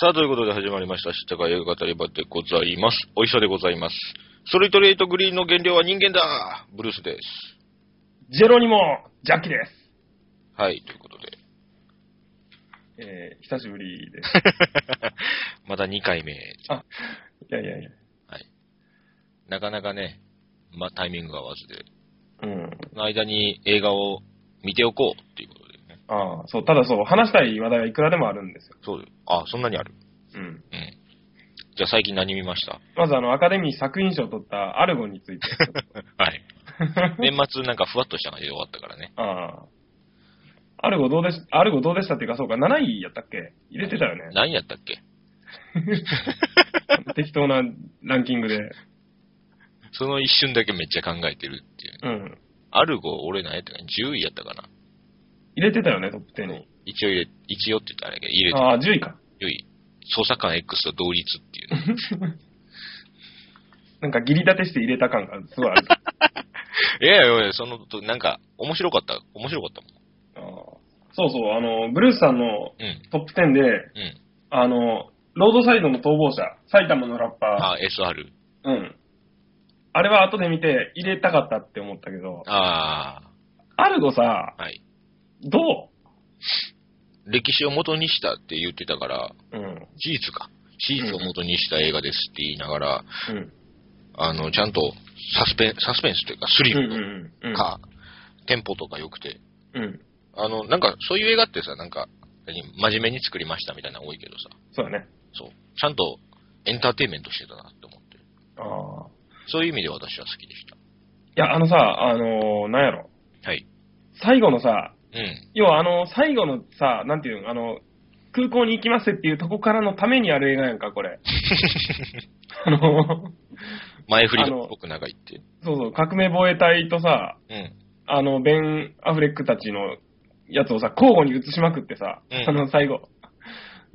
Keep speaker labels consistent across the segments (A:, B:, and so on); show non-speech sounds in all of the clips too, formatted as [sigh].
A: さあ、ということで始まりました。知ったか映画語り場でございます。おいしさでございます。ストリートレイトグリーンの原料は人間だブルースです。
B: ジェロニモ、ジャッキです。
A: はい、ということ [laughs] で。
B: えー、久しぶりです。
A: また2回目。
B: いやいやいや。
A: なかなかね、まあ、タイミングが合わずで。
B: うん。
A: その間に映画を見ておこうっていうことでね。
B: ああ、そう、ただそう、話したい話題はいくらでもあるんですよ。
A: そうあ、そんなにある。
B: うん。
A: うん。じゃあ最近何見ました [laughs]
B: まずあの、アカデミー作品賞を取ったアルゴについ [laughs] て。
A: はい。年末なんかふわっとした感じで終わったからね。
B: ああ。アルゴどうでし、アルゴどうでしたっていうか、そうか、7位やったっけ入れてたよね。
A: 何やったっけ
B: 適当なランキングで。
A: その一瞬だけめっちゃ考えてるっていう、ね。
B: うん。
A: アルゴ、俺何やったかな ?10 位やったかな
B: 入れてたよね、トップ10に。
A: 一応入れ、一応って言ったらあれやけど、入れて
B: ああ、10位か。
A: 良い。捜査官 X と同率っていうね。
B: なんか、ギリ立てして入れた感がすごい
A: [laughs]
B: ある。
A: [laughs] いやいやいや、その、となんか、面白かった。面白かったもん。
B: ああそうそう、あの、ブルースさんの
A: うん。
B: トップ10で、
A: うん。
B: あの、ロードサイドの逃亡者、埼玉のラッパ
A: あ、SR。
B: ー、うん。あれは後で見て入れたかったって思ったけど、
A: あ
B: アルゴさ、
A: あ、はい。
B: ど
A: 歴史を元にしたって言ってたから、
B: ううん。
A: 事実か。史実を元にした映画ですって言いながら、
B: うん。
A: あの、ちゃんとサスペン、サスペンスというか、スリ
B: うん
A: ル
B: うんうん。
A: とか、テンポとか良くて。
B: うん。
A: あの、なんか、そういう映画ってさ、なんか、何真面目に作りましたみたいなの多いけどさ、
B: そうだね。
A: そう。ちゃんとエンターテインメントしてたなって思って。
B: ああ。
A: そういう意味で私は好きでし
B: いや、あのさ、あのーなんやろ。
A: た。はい。
B: 最後のさ、
A: うん。
B: 要はあの、最後のさ、なんていうの、あの、空港に行きますっていうとこからのためにある映画やんか、
A: [laughs]
B: これ。あの、
A: 前振りが僕長いって。
B: そうそう、革命防衛隊とさ、
A: うん。
B: あの、ベン・アフレックたちのやつをさ、交互に映しまくってさ、
A: うん
B: あの、最後、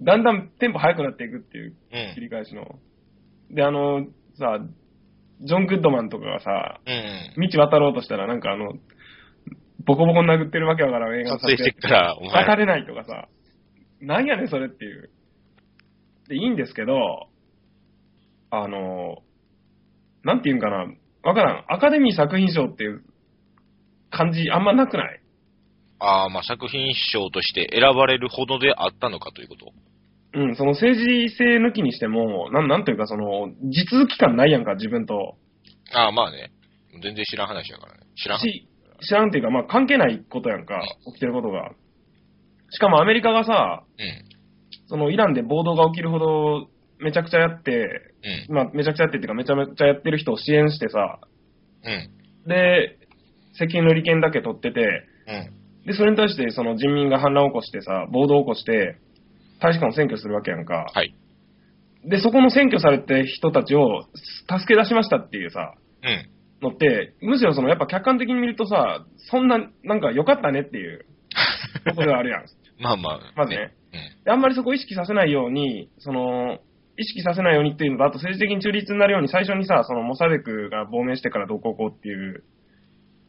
B: だんだんテンポ速くなっていくっていう
A: う
B: 切
A: ん。
B: り返しの。で、あの、さ、ジョン・グッドマンとかがさ、
A: うん。
B: 道渡ろうとしたらなんかあの、ボコボコに殴ってるわけわからん映画
A: 撮
B: を
A: 影
B: 撮
A: してっから、お前
B: 渡。れないとかさ、なんやねんそれっていう。で、いいんですけど、あの、なんていうんかな、わからん。アカデミー作品賞っていう感じあんまなくない
A: ああ、まあ、作品賞として選ばれるほどであったのかということ。
B: うん、その政治性抜きにしても、なん、なんというかその、実続き感ないやんか、自分と。
A: ああ、まあね。全然知らん話やからね。知らん。
B: し、知らんっていうか、まあ関係ないことやんか、起きてることが。しかもアメリカがさ、
A: うん。
B: そのイランで暴動が起きるほど、めちゃくちゃやって、
A: うん。
B: まあ、めちゃくちゃやってっていうか、めちゃめちゃやってる人を支援してさ、
A: うん。
B: で、石油の利権だけ取ってて、
A: うん。
B: で、それに対してその人民が反乱を起こしてさ、暴動を起こして、大使館を占拠するわけやんか。
A: はい。
B: で、そこの占拠されて人たちを助け出しましたっていうさ、
A: うん。
B: のって、むしろそのやっぱ客観的に見るとさ、そんな、なんか良かったねっていう、ことがあるやん。
A: まあまあ。
B: まずね。
A: うん。
B: であんまりそこ意識させないように、その、意識させないようにっていうのと、あと政治的に中立になるように、最初にさ、そのモサデクが亡命してからどうこうこうっていう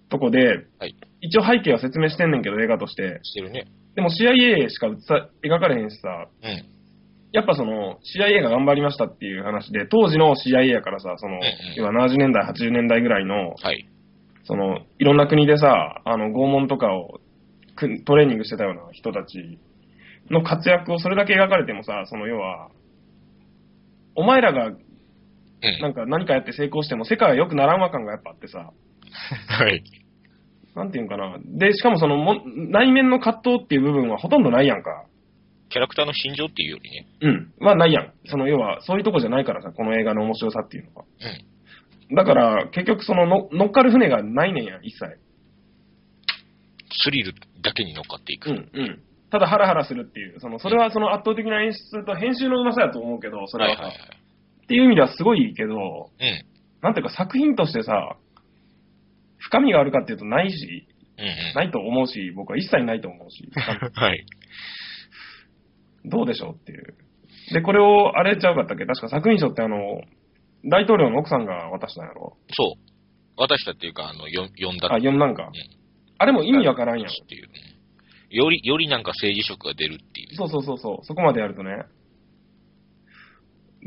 B: とこで、
A: はい
B: 一応背景は説明してんねんけど、映画として。
A: してるね。
B: でも CIA しか映さ描かれへんしさ、
A: うん。
B: やっぱその CIA が頑張りましたっていう話で、当時の CIA やからさ、そ
A: ん
B: の
A: うん、
B: 要は70年代、80年代ぐらいの、
A: はい。
B: その、いろんな国でさ、あの、拷問とかをくんトレーニングしてたような人たちの活躍をそれだけ描かれてもさ、その要は、お前らが
A: う。
B: なんんか何かやって成功しても世界は良くならんわ感がやっぱあってさ、
A: はい。
B: なんていうんかな。で、しかもそのも内面の葛藤っていう部分はほとんどないやんか。
A: キャラクターの心情っていうよりね。
B: うん。はないやん。その要は、そういうとこじゃないからさ、この映画の面白さっていうのは。
A: うん。
B: だから、結局そのの乗っかる船がないねんや、一切。
A: スリルだけに乗っかっていく。
B: うん、うん。ただハラハラするっていう、その、それはその圧倒的な演出と編集のうまさやと思うけど、それ
A: は
B: は。
A: いはい
B: っていう意味ではすごいいいけど、
A: はい。
B: なんていうか作品としてさ、深みがあるかっていうとないし、
A: うん。うんうん。
B: ないと思うし、僕は一切ないと思うし、 [laughs]
A: はい。
B: どうでしょうっていう。で、これを、あれちゃうかったっけ確か作品賞ってあの、大統領の奥さんが渡したんやろ
A: そう。私たっていうか、あの、よ呼んだ
B: あ、読んだんか。あれも意味わからんやん。
A: っていう、ね。より、よりなんか政治色が出るっていう。
B: そうそうそうそう、そこまでやるとね。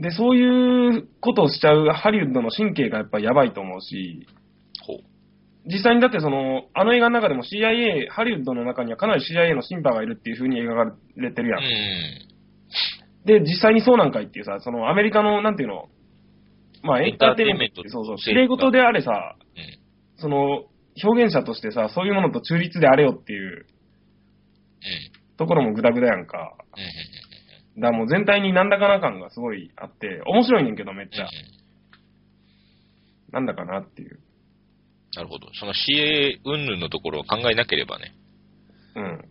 B: で、そういうことをしちゃうハリウッドの神経がやっぱやばいと思うし、
A: ほう。
B: 実際にだってその、あの映画の中でも CIA、ハリウッドの中にはかなり CIA のシンパがいるっていう風に描かれてる
A: う
B: やん。
A: ん。
B: で、実際にそうなんかいっていうさ、そのアメリカの、なんていうの、まあエンターテインメントって、
A: エンターテインメント
B: そうそう、
A: 成
B: 綺
A: 果
B: 麗事であれさ、
A: うん
B: その、表現者としてさ、そういうものと中立であれよっていう
A: うん。
B: ところもグダグダやんか。
A: うんうんうん
B: だからもう全体になんだかな感がすごいあって、面白いねんけどめっち
A: うんう
B: ゃ、
A: ん。
B: なんだかなっていう。
A: なるほど。その CA 云々のところを考えなければね、
B: うん。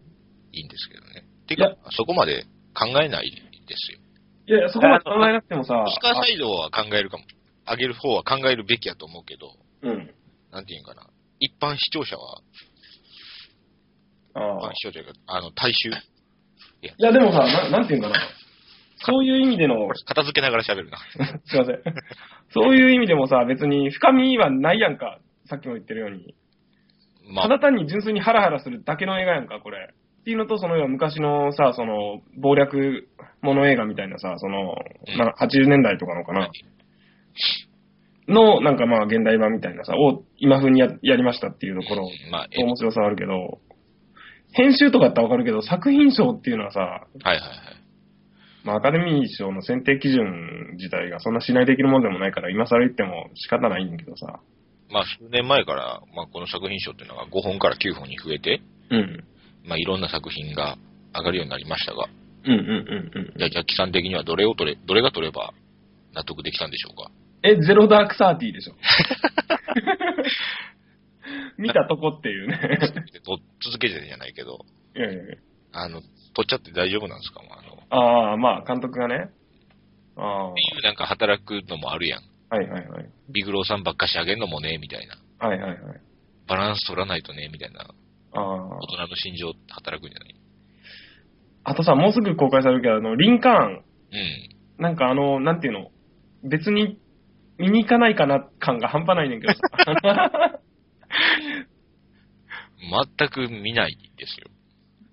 A: いいんですけどね。て
B: い
A: か
B: や、
A: そこまで考えないですよ。
B: いやいや、そこまで考えなくてもさ、
A: スカーサイドは考えるかも。上げる方は考えるべきやと思うけど、
B: うん。
A: なんていうんかな。一般視聴者は、一
B: ああ
A: 般。視聴者が、あの、大衆。
B: いや、でもさ、ななんていうんかな。そういう意味での、
A: これ片付けながら喋るな。
B: すいません。そういう意味でもさ、別に深みはないやんか。さっきも言ってるように。
A: ま
B: た
A: あ、
B: だ単に純粋にハラハラするだけの映画やんか、これ。っていうのと、その要は昔のさ、その、暴略もの映画みたいなさ、その、
A: うん
B: な80年代とかのかな。の、なんかまあ、現代版みたいなさ、を今風にややりましたっていうところ、
A: まあ、え
B: 面白さはあるけど、編集とかだってわかるけど、作品賞っていうのはさ、
A: はいはいはい。
B: まあ、アカデミー賞の選定基準自体がそんな信頼できるもんでもないから、今更言っても仕方ないんだけどさ。
A: まあ、数年前から、まあ、この作品賞っていうのが5本から9本に増えて、
B: うん。
A: まあ、いろんな作品が上がるようになりましたが、
B: うんうんうんうん。
A: じゃあ、ジャッキさん的にはどれを取れ、どれが取れば納得できたんでしょうか [laughs]
B: え、ゼロダークサーティー [laughs] でしょ。見たとこっていう [laughs] ね。
A: と続けてじゃないけど、
B: いやいやい
A: あの、取っちゃって大丈夫なんですかもうあの、っ
B: や。ああ、まあ、監督がね。ああ
A: て、いうなんか働くのもあるやん。
B: はいはいはい。
A: ビグローさんばっかしあげんのもね、みたいな。
B: はいはいはい。
A: バランス取らないとね、みたいな。
B: あ
A: 大人の心情働くんじゃない
B: あ。あとさ、もうすぐ公開されるけど、あの、リンカーン、
A: うん。
B: なんかあの、なんていうの、別に見に行かないかな感が半端ないねんけどさ。 [laughs]
A: 全く見ないですよ。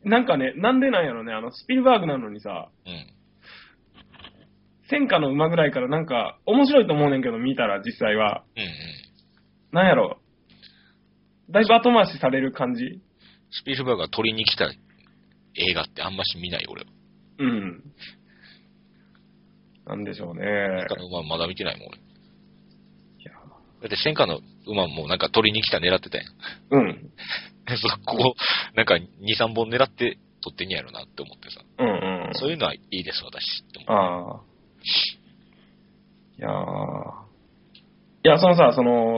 B: なんかね、なんでなんやろね、あの、スピルバーグなのにさ、
A: うん。
B: 戦火の馬ぐらいからなんか、面白いと思うねんけど、見たら実際は。
A: うんうん。
B: なんやろ。だいぶ後回しされる感じ
A: スピルバーグが取りに来た映画ってあんまし見ない、俺は。
B: うん。なんでしょうね。
A: 戦火の馬まだ見てないもん、俺。
B: いや
A: だって戦火の馬もなんか取りに来た狙ってたやん。 [laughs]
B: うん。
A: そこ、なんか2、3本狙って取ってんやろなって思ってさ。
B: うんうん。
A: そういうのはいいです、私。って思う
B: ああ。いやーいや、そのさ、その、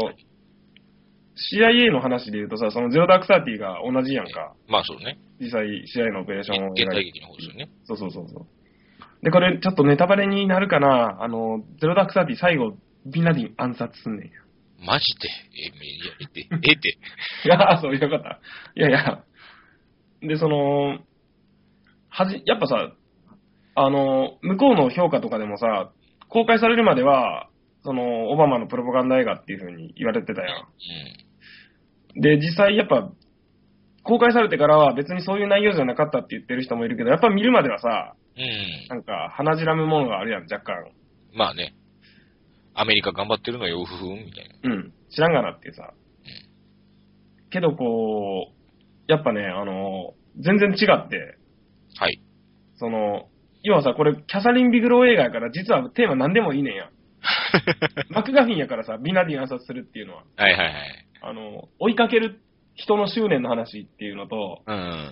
B: CIA の話で言うとさ、そのゼロダークサーティーが同じやんか。
A: まあそうね。
B: 実際、CIA のオペレーションを
A: 現
B: 描
A: 代
B: い
A: 劇
B: て。
A: の方ですよね。
B: そうそうそうそう。で、これ、ちょっとネタバレになるかな。あの、ゼロダークサーティー最後、ビンラディン暗殺すんねんや。
A: マジで。え、めいやえって、 [laughs] えって。
B: いやー、 [laughs] そういうこと。いやいや。で、その、はじ、やっぱさ、あの、向こうの評価とかでもさ、公開されるまでは、その、オバマのプロパガンダ映画っていう風に言われてたや。
A: うん
B: で、実際やっぱ、公開されてからは別にそういう内容じゃなかったって言ってる人もいるけど、やっぱ見るまではさ、
A: ん。うん。
B: なんか鼻じらむものがあるやん、若干。
A: まあね。アメリカ頑張ってるのよ、ふふん、みたいな。
B: うん、知らんがなっていうさ。けどこう、やっぱね、あの、全然違って、
A: はい。
B: その、要はさ、これ、キャサリン・ビグロー映画やから、実はテーマ何でもいいねん [laughs] や。マクガフィンやからさ、ビンラディン暗殺するっていうのは、
A: はいはいはい。
B: あの、追いかける人の執念の話っていうのと、
A: うん。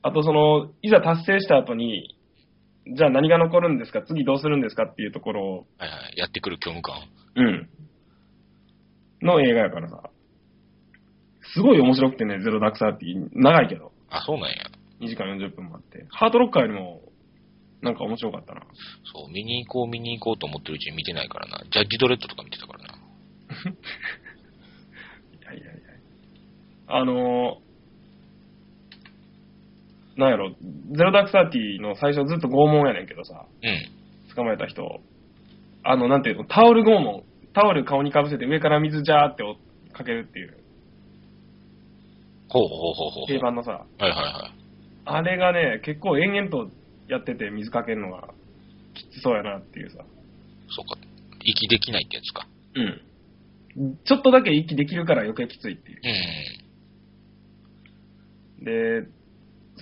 B: あとその、いざ達成した後に、じゃあ何が残るんですか、次どうするんですかっていうところを、
A: はいはい。やってくる虚無感。
B: うん。の映画やからさ、すごい面白くてね、ゼロダークサーティー、長いけど、
A: あ、そうなんや。
B: 2時間40分もあって、ハートロッカーよりも、なんか面白かったな。
A: そう、見に行こう、見に行こうと思ってるうちに見てないからな。ジャッジドレッドとか見てたからな。
B: はいはいはい。あのー、なんやろ、ゼロダークサーティの最初ずっと拷問やねんけどさ、
A: うん。
B: 捕まえた人、あの、なんていうの、タオル拷問。タオル顔にかぶせて上から水ジャーってかけるっていう、
A: ほうほうほうほうほ
B: 定
A: う。
B: 番のさ、
A: はいはいはい。
B: あれがね、結構延々とやってて水かけるのが。きつそうやなっていうさ。
A: そうか。息できないってやつか。
B: うん。ちょっとだけ息できるから余計きついっていう。
A: うん。
B: で、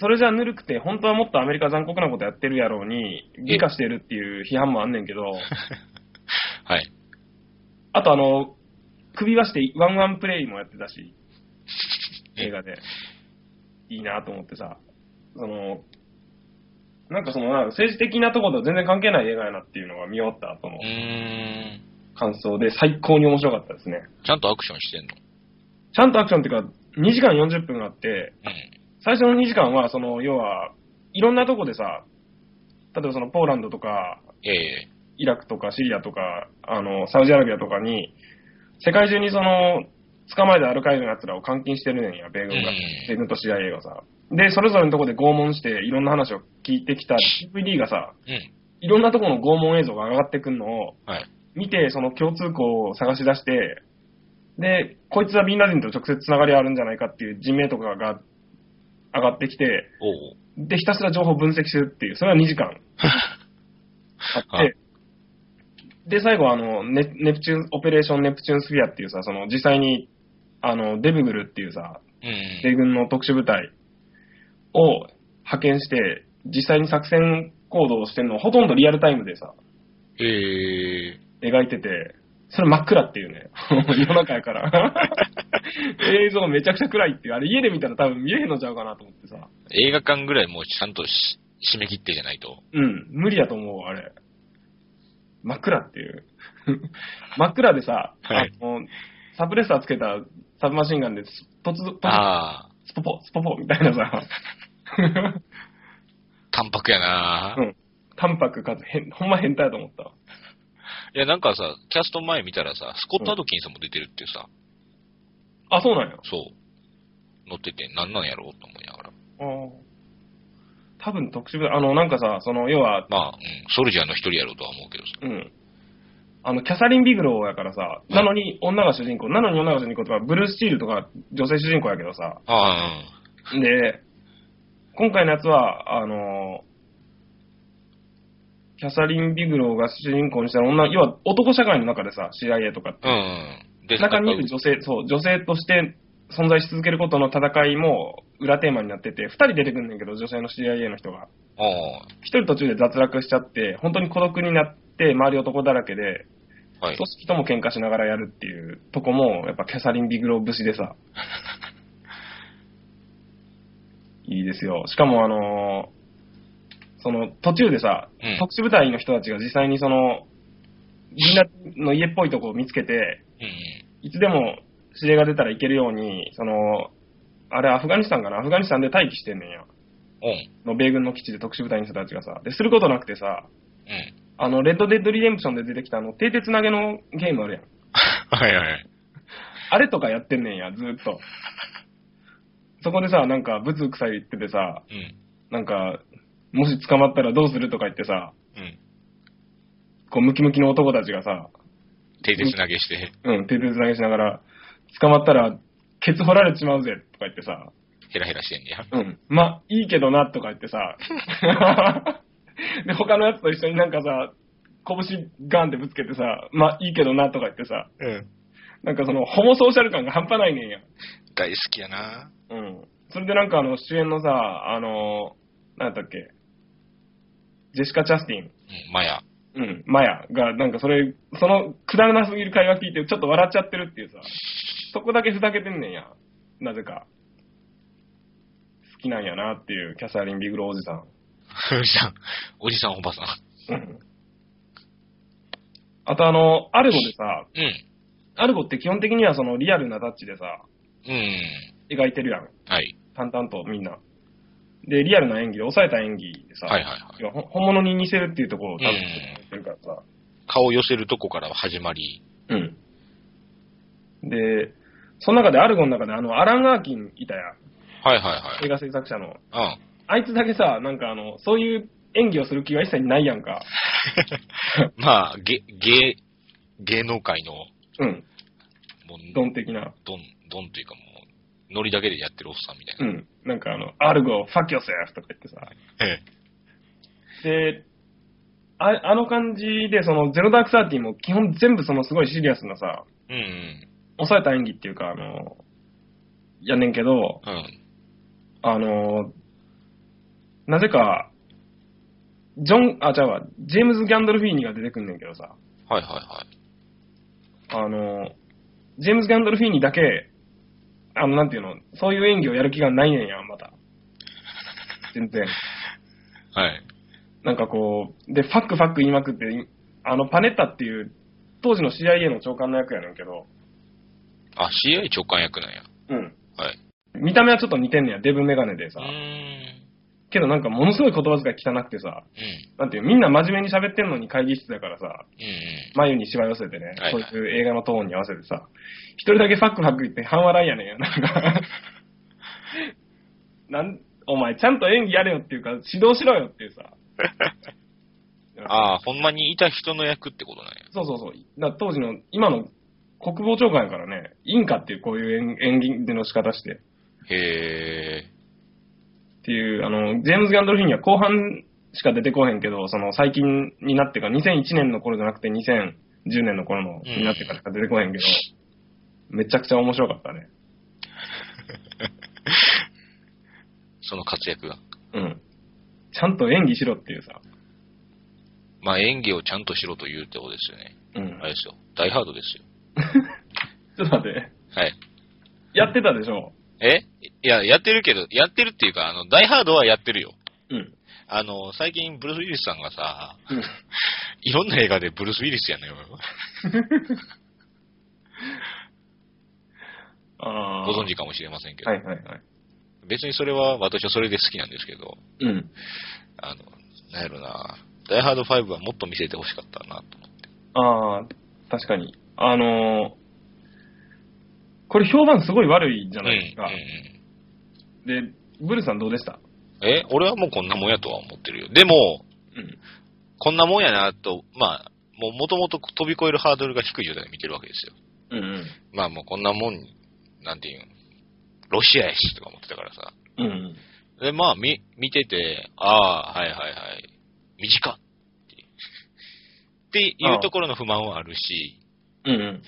B: それじゃぬるくて、本当はもっとアメリカ残酷なことやってるやろうに、美化してるっていう批判もあんねんけど、
A: はい。
B: あとあの、首輪してワンワンプレイもやってたし、
A: え
B: 映画で。いいなと思ってさ、その、なんかその、政治的なとことは全然関係ない映画やなっていうのが見終わった後の
A: うーん。
B: 感想で最高に面白かったですね。
A: ちゃんとアクションしてんの
B: ちゃんとアクションっていうか、2時間40分あって、
A: うん。
B: 最初の2時間は、その、要は、いろんなとこでさ、例えばその、ポーランドとか、
A: ええ
B: イラクとかシリアとか、あの、サウジアラビアとかに、世界中にその、捕まえたアルカイブの奴らを監禁してるねんや、米軍が
A: うん。
B: 米軍と CIA がさ。で、それぞれのとこで拷問して、いろんな話を聞いてきた DVD がさ、
A: うん。
B: いろんなとこの拷問映像が上がってくんのを、
A: はい。
B: 見て、その共通項を探し出して、で、こいつはビンラディンと直接つながりあるんじゃないかっていう人名とかが上がってきて、
A: おう。
B: で、ひたすら情報分析するっていう、それは2時間あっ
A: はい
B: て、で、最後はあのネ、ネプチューン、オペレーションネプチューンスフィアっていうさ、その実際に、あの、デブグルっていうさ、
A: うん。
B: 米軍の特殊部隊を派遣して、実際に作戦行動をしてるのをほとんどリアルタイムでさ、
A: ええ
B: 描いてて、それ真っ暗っていうね。 [laughs] 夜中やから。映像めちゃくちゃ暗いっていう。あれ家で見たら多分見れへんのちゃうかなと思ってさ。
A: 映画館ぐらいもうちゃんとし締め切ってじゃないと。
B: うん、無理やと思う、あれ。真っ暗っていう。 [laughs] 真っ暗でさ、
A: はい
B: あのサブレッサーつけたサブマシンガンでスポツ、ポツ
A: ああ、
B: スポポ、スポポみたいなさ。
A: 淡白やな、
B: うん [laughs] 淡白かつ変、ほんま変態やと思ったわ。
A: いや、なんかさ、キャスト前見たらさ、スコット・アドキンさんも出てるってさ、
B: あ、そうなんや。
A: そう、乗ってて、なんなんやろうと思いながら。
B: あー多分特殊部隊、あの、なんかさ、その、要は、
A: まあ、うん、ソルジャーの一人やろうとは思うけどさ。
B: うん。あの、キャサリン・ビグローやからさ、なのに女が主人公、なのに女が主人公とか、ブルース・チールとか女性主人公やけどさ、
A: あ
B: で、今回のやつは、あのーキャサリン・ビグローが主人公にした女、要は男社会の中でさ、CIA とかって
A: あ、うん、うん。で
B: 中にいる女性、そう、女性として存在し続けることの戦いも裏テーマになってて、二人出てくんねんけど、女性の CIA の人が。
A: あ
B: 一人途中で脱落しちゃって、本当に孤独になって、周り男だらけで、
A: あ、はい
B: 組。織とも喧嘩しながらやるっていうとこも、やっぱキャサリン・ビグロー節
A: [laughs]
B: でさ。いいですよ。しかもあのーその途中でさ、
A: うん
B: 特殊部隊の人たちが実際にその、みんなの家っぽいとこを見つけて、
A: うん、うん。
B: いつでも指令が出たら行けるように、その、あれアフガニスタンかなアフガニスタンで待機してんねんや。
A: うん、
B: の米軍の基地で特殊部隊の人たちがさ。で、することなくてさ、
A: うん。
B: あの、レッドデッドリデンプションで出てきたあの、手手つなげのゲームあるやん。
A: はいはい。
B: あれとかやってんねんや、ずーっと。そこでさ、なんか、ぶつくさい言っててさ、
A: うん、
B: なんか、もし捕まったらどうするとか言ってさ、
A: うん。
B: こう、ムキムキの男たちがさ、
A: 手でつなげして、
B: うん、手でつなげしながら、捕まったら、ケツ掘られちまうぜ、とか言ってさ、
A: ヘラヘラしてんねや。
B: うん、ま、いいけどな、とか言ってさ、 [laughs] で、他のやつと一緒になんかさ、拳ガンってぶつけてさ、ま、いいけどな、とか言ってさ、
A: うん。
B: なんかその、ホモソーシャル感が半端ないねんや。
A: 大好きやな
B: うん。それでなんかあの、主演のさ、あの、なんだっけ、ジェシカ・チャスティン、
A: うん、マヤ。
B: うん、マヤが、なんかそれ、その、くだらなすぎる会話聞いて、ちょっと笑っちゃってるっていうさ、そこだけふざけてんねんや。なぜか。好きなんやなっていう、キャサリン・ビグロおじさん。
A: おじさん、おじさんおばさん。
B: うん。あとあの、アルゴでさ、
A: うん、
B: アルゴって基本的にはそのリアルなタッチでさ、
A: うん。
B: 描いてるやん。
A: はい、
B: 淡々とみんな。で、リアルな演技で、抑えた演技でさ、
A: はいはいはい。
B: 要はほ本物に似せるっていうところを多分
A: うん
B: やってるからさ。
A: 顔を寄せるとこから始まり、
B: うん。で、その中でアルゴンの中であの、アラン・アーキンいたやん。
A: はいはい
B: 映画制作者の。
A: はい。
B: あいつだけさ、なんかあの、そういう演技をする気が一切ないやんか。
A: うん。まあ、げ、芸、芸能界の、
B: うん。
A: もう、
B: ドン的な。
A: どん、どんというかもう、ノリだけでやってるおっさんみたいうな。
B: ん。なんかあの、アルゴ、ファキョセフとか言ってさ。
A: ええ。
B: で、ああの感じで、その、ゼロダークサーティーも基本全部そのすごいシリアスなさ、
A: うんうん。
B: 抑えた演技っていうか、あの、やんねんけど、
A: うん。
B: あの、なぜか、ジョン、あ、違うわ、ジェームズ・ギャンドルフィーニが出てくんねんけどさ、
A: はいはいは
B: あの、ジェームズ・ギャンドルフィーニだけ、あの、なんていうの、そういう演技をやる気がないねんや、また。全然。
A: い。はい。
B: なんかこう、で、ファックファック言いまくって、あの、パネッタっていう、当時の CIA の長官の役やねんけど、
A: あ、CI 直感役なんや。
B: うん。
A: はい。
B: 見た目はちょっと似てんねや、デブメガネで
A: う
B: さ
A: ー。ん。
B: けどなんかものすごい言葉遣い汚くてさ、
A: うん。
B: なんていう、みんな真面目に喋ってんのに会議室だからさ、
A: うんうん。
B: 眉にしわ寄せてね、
A: はいはい
B: そういう映画のトーンに合わせてさ、一人だけファックファック言って半笑いやねんよ、な
A: [laughs]
B: んか。なん、お前ちゃんと演技やれよっていうか、指導しろよっていうさ。
A: ああ、ほんまにいた人の役ってことなんや。
B: そうそうそう。だから当時の、今の国防長官やからね、インカっていうこういう演演技での仕方して、
A: へえ。
B: っていう、あの、ジェームズ・ギャンドルフィーには後半しか出てこへんけど、その最近になってから、2001年の頃じゃなくて2010年の頃の、
A: うん
B: になってからしか出てこへんけど、めちゃくちゃ面白かったね。
A: その活躍が。
B: うん。ちゃんと演技しろっていうさ。
A: まあ演技をちゃんとしろと言うってことですよね。
B: うん
A: あ。れですよ。ダイハードですよ。
B: ちょっと待って。
A: はい。
B: やってたでしょ
A: えいや、やってるけど、やってるっていうか、あの、ダイハードはやってるよ。
B: うん。
A: あの、最近ブルース・ウィリスさんがさ、
B: うん
A: いろんな映画でブルース・ウィリスやねんよ。
B: あー
A: ご存知かもしれませんけど。
B: はいはいはい。
A: 別にそれは、私はそれで好きなんですけど、
B: うん。
A: あの、なんやろな、ダイハード5はもっと見せてほしかったなと思って。
B: ああ、確かに。あのーこれ評判すごい悪いじゃ
A: うん、
B: な
A: う
B: い
A: ん
B: ですか。、で、ブルさんどうでした
A: うん。え、俺はもうこんなもんやとは思ってるよ。でも、
B: うん。
A: こんなもんやなと、まあ、もう元々飛び越えるハードルが低い状態で見てるわけですよ。
B: うん
A: まあもうこんなもん、なんていうん、ロシアやしとか思ってたからさ。
B: うん。うん。
A: で、まあ、み、見てて、ああ、はいはいはい、短っって。っていうところの不満はあるし、
B: うんうん。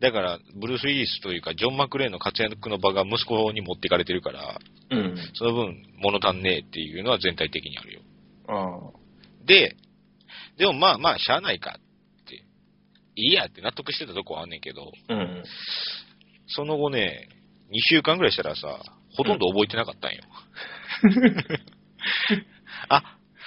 A: だから、ブルース・ウィリスというか、ジョン・マクレーンの活躍の場が息子に持っていかれてるから、
B: うん。
A: その分、物足んねえっていうのは全体的にあるよ。
B: あ
A: で、でもまあまあ、しゃあないかって、いいやって納得してたとこはあんねんけど、
B: あ。うん。 [laughs]
A: その後ね、2週間ぐらいしたらさ、ほとんど覚えてなかったんよ。 [laughs] あ、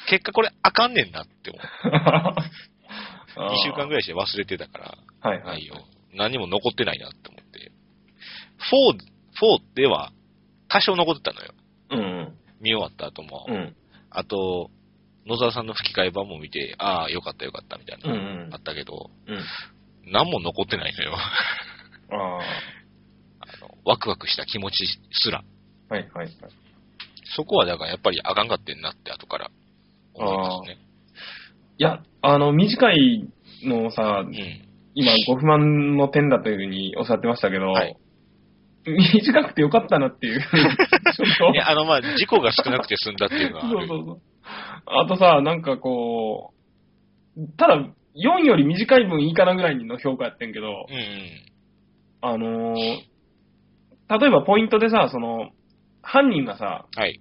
A: 結果これあかんねんなって思う。2週間ぐら
B: らい。
A: いして忘れてたから、
B: はいは
A: 内
B: い
A: 容。。何も残ってないなって思って。4、4では多少残ってたのよ。
B: うん
A: 見終わった後も。
B: うん。うん。
A: あと、野沢さんの吹き替え版も見て、ああ、よかったよかったみたいな、
B: うんうん
A: あったけど、
B: うん。
A: 何も残ってないのよ。 [laughs]
B: あ
A: あのワクワクした気持ちすら。
B: あ。はいはいはい。
A: そこはだからやっぱりあかんかってんなって後から思いますね。
B: いや、あの、短いのをさ
A: う、
B: 今、ご不満の点だというふうにおっしゃってましたけど、
A: はい
B: 短くてよかったなっ
A: [laughs]
B: ていう。ちょっと
A: ん。いや、あの、まあ、事故が少なくて済んだっていうのはあ
B: [laughs] そう
A: る。
B: そうそう。あとさ、なんかこう、ただ、4より短い分いいかなぐらいの評価やってんけど、
A: うんうん。
B: あのー例えばポイントでさ、その、犯人がさ、
A: はい。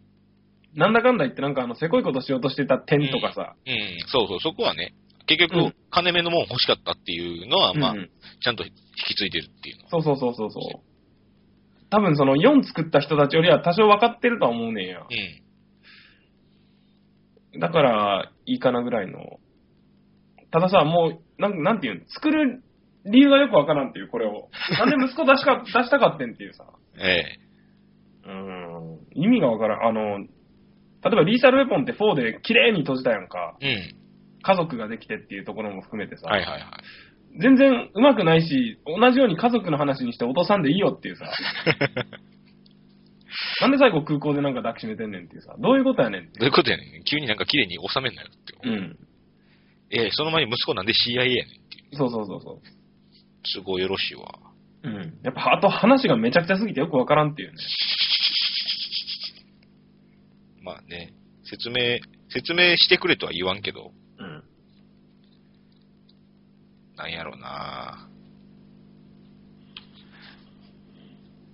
B: なんだかんだ言ってなんかあの、せこいことしようとしてた点とかさ、
A: うんうん。そうそう、そこはね、結局、
B: うん
A: 金目のもん欲しかったっていうのは、まあ、
B: うん
A: ちゃんと引き継いでるっていうのは。
B: そうそうそうそうそう。多分その4作った人たちよりは多少分かってるとは思うねん
A: う。
B: や
A: ん。
B: だから、いいかなぐらいの。たださ、もう、なんなんていうの、作る理由がよくわからんっていう、こ
A: [laughs]
B: れを。なんで息子出しか、出したかってんっていうさ。
A: ええ。
B: うーん。意味がわからん。あの、例えばリーサルウェポンって4で綺麗に閉じたやんか。
A: うん。
B: 家族ができてっていうところも含めてさ。
A: はいはいはい。
B: 全然うまくないし、同じように家族の話にして落とさんでいいよって [laughs] いうさ。なんで最後空港でなんか抱きしめてんねんっていうさ。どういうことやねんって
A: どういうことやねん。急になんか綺麗に収めんなよって。
B: うん。
A: ええ、その前に息子なんで CIA やねん。
B: そうそうそうそ
A: 都合よろしいわ。
B: う。うん。やっぱ、あと話がめちゃくちゃすぎてよくわからんっていうね。
A: まあね、説明、説明してくれとは言わんけど、
B: うん。
A: なんやろうな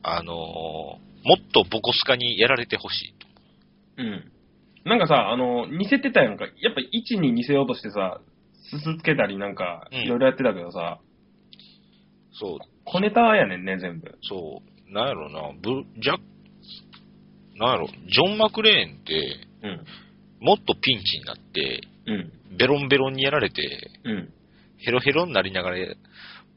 A: あのーもっとボコスカにやられてほしい。
B: うん。なんかさ、あの、似せてたやんか。やっぱ位置に似せようとしてさ、すすつけたりなんか、
A: うん
B: いろいろやってたけどさ、
A: そう、
B: 小ネタやねんね、全部。
A: そう、なんやろうなブ、ジャッ、なんやろジョン・マクレーンって、
B: うん。
A: もっとピンチになって、
B: うん。
A: ベロンベロンにやられて、
B: うん。
A: ヘロヘロになりながら、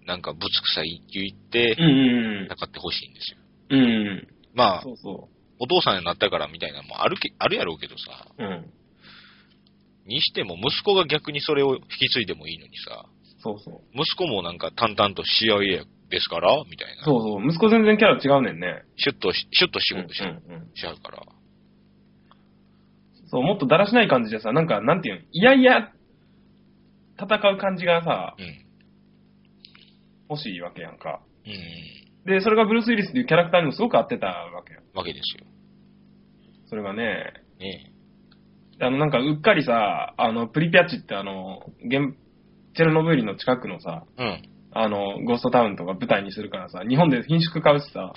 A: なんかぶつくさいって言って
B: う、ん。
A: 戦ってほしいんですよ。
B: うん。うん。
A: まあ
B: そ、うそ
A: お父さんになったからみたいなのもあるけ、あるやろうけどさ、
B: う。うん。
A: にしても息子が逆にそれを引き継いでもいいのにさ、
B: そうそう。
A: 息子もなんか淡々と CIA ですから、みたいな。
B: そうそう。息子全然キャラ違うねんね。
A: シュッとし、シュッと仕事し,、
B: うんうんうん
A: ちゃうから。
B: そう、もっとだらしない感じでさ、なんか、なんていうの、いやいや、戦う感じがさ、
A: うん。
B: 欲しいわけやんか。
A: うん。
B: で、それがブルース・ウィリスっていうキャラクターにもすごく合ってたわけやん。
A: わけですよ。
B: それがね、
A: ね
B: あの、なんか、うっかりさ、あの、プリピャッチってあの、原チェルノブイリの近くのさ、
A: え。うん。
B: あの、ゴーストタウンとか舞台にするからさ、日本で品種買うし [laughs] さ。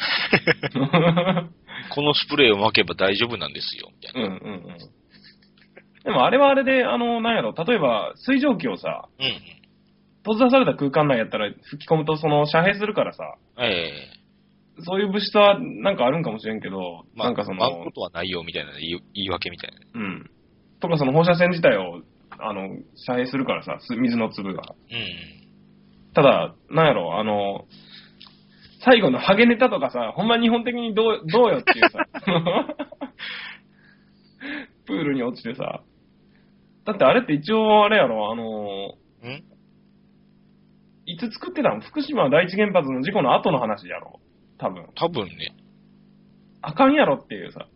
A: このスプレーを巻けば大丈夫なんですよ、みたい
B: うん
A: な。
B: うんうん。でもあれはあれで、あの、なんやろ、例えば水蒸気をさ、
A: うん。
B: 閉ざされた空間内やったら吹き込むとその遮蔽するからさ、
A: ええ
B: そういう物質はなんかあるんかもしれんけど、
A: まあ、
B: なんかそ
A: 巻くこ
B: の、
A: とはないよ、みたいな言い言い訳みたいな。
B: うん。とかその放射線自体を、あの、遮蔽するからさ、す水の粒が。
A: うん。
B: ただ、なんやろ、あの、最後のハゲネタとかさ、ほんま日本的にどうどうよっていうさ、 [laughs] プールに落ちてさ、だってあれって一応あれやろ、あの、
A: うん
B: いつ作ってたの福島第一原発の事故の後の話やろ、多分。
A: 多分ね、
B: あかんやろっていうさ、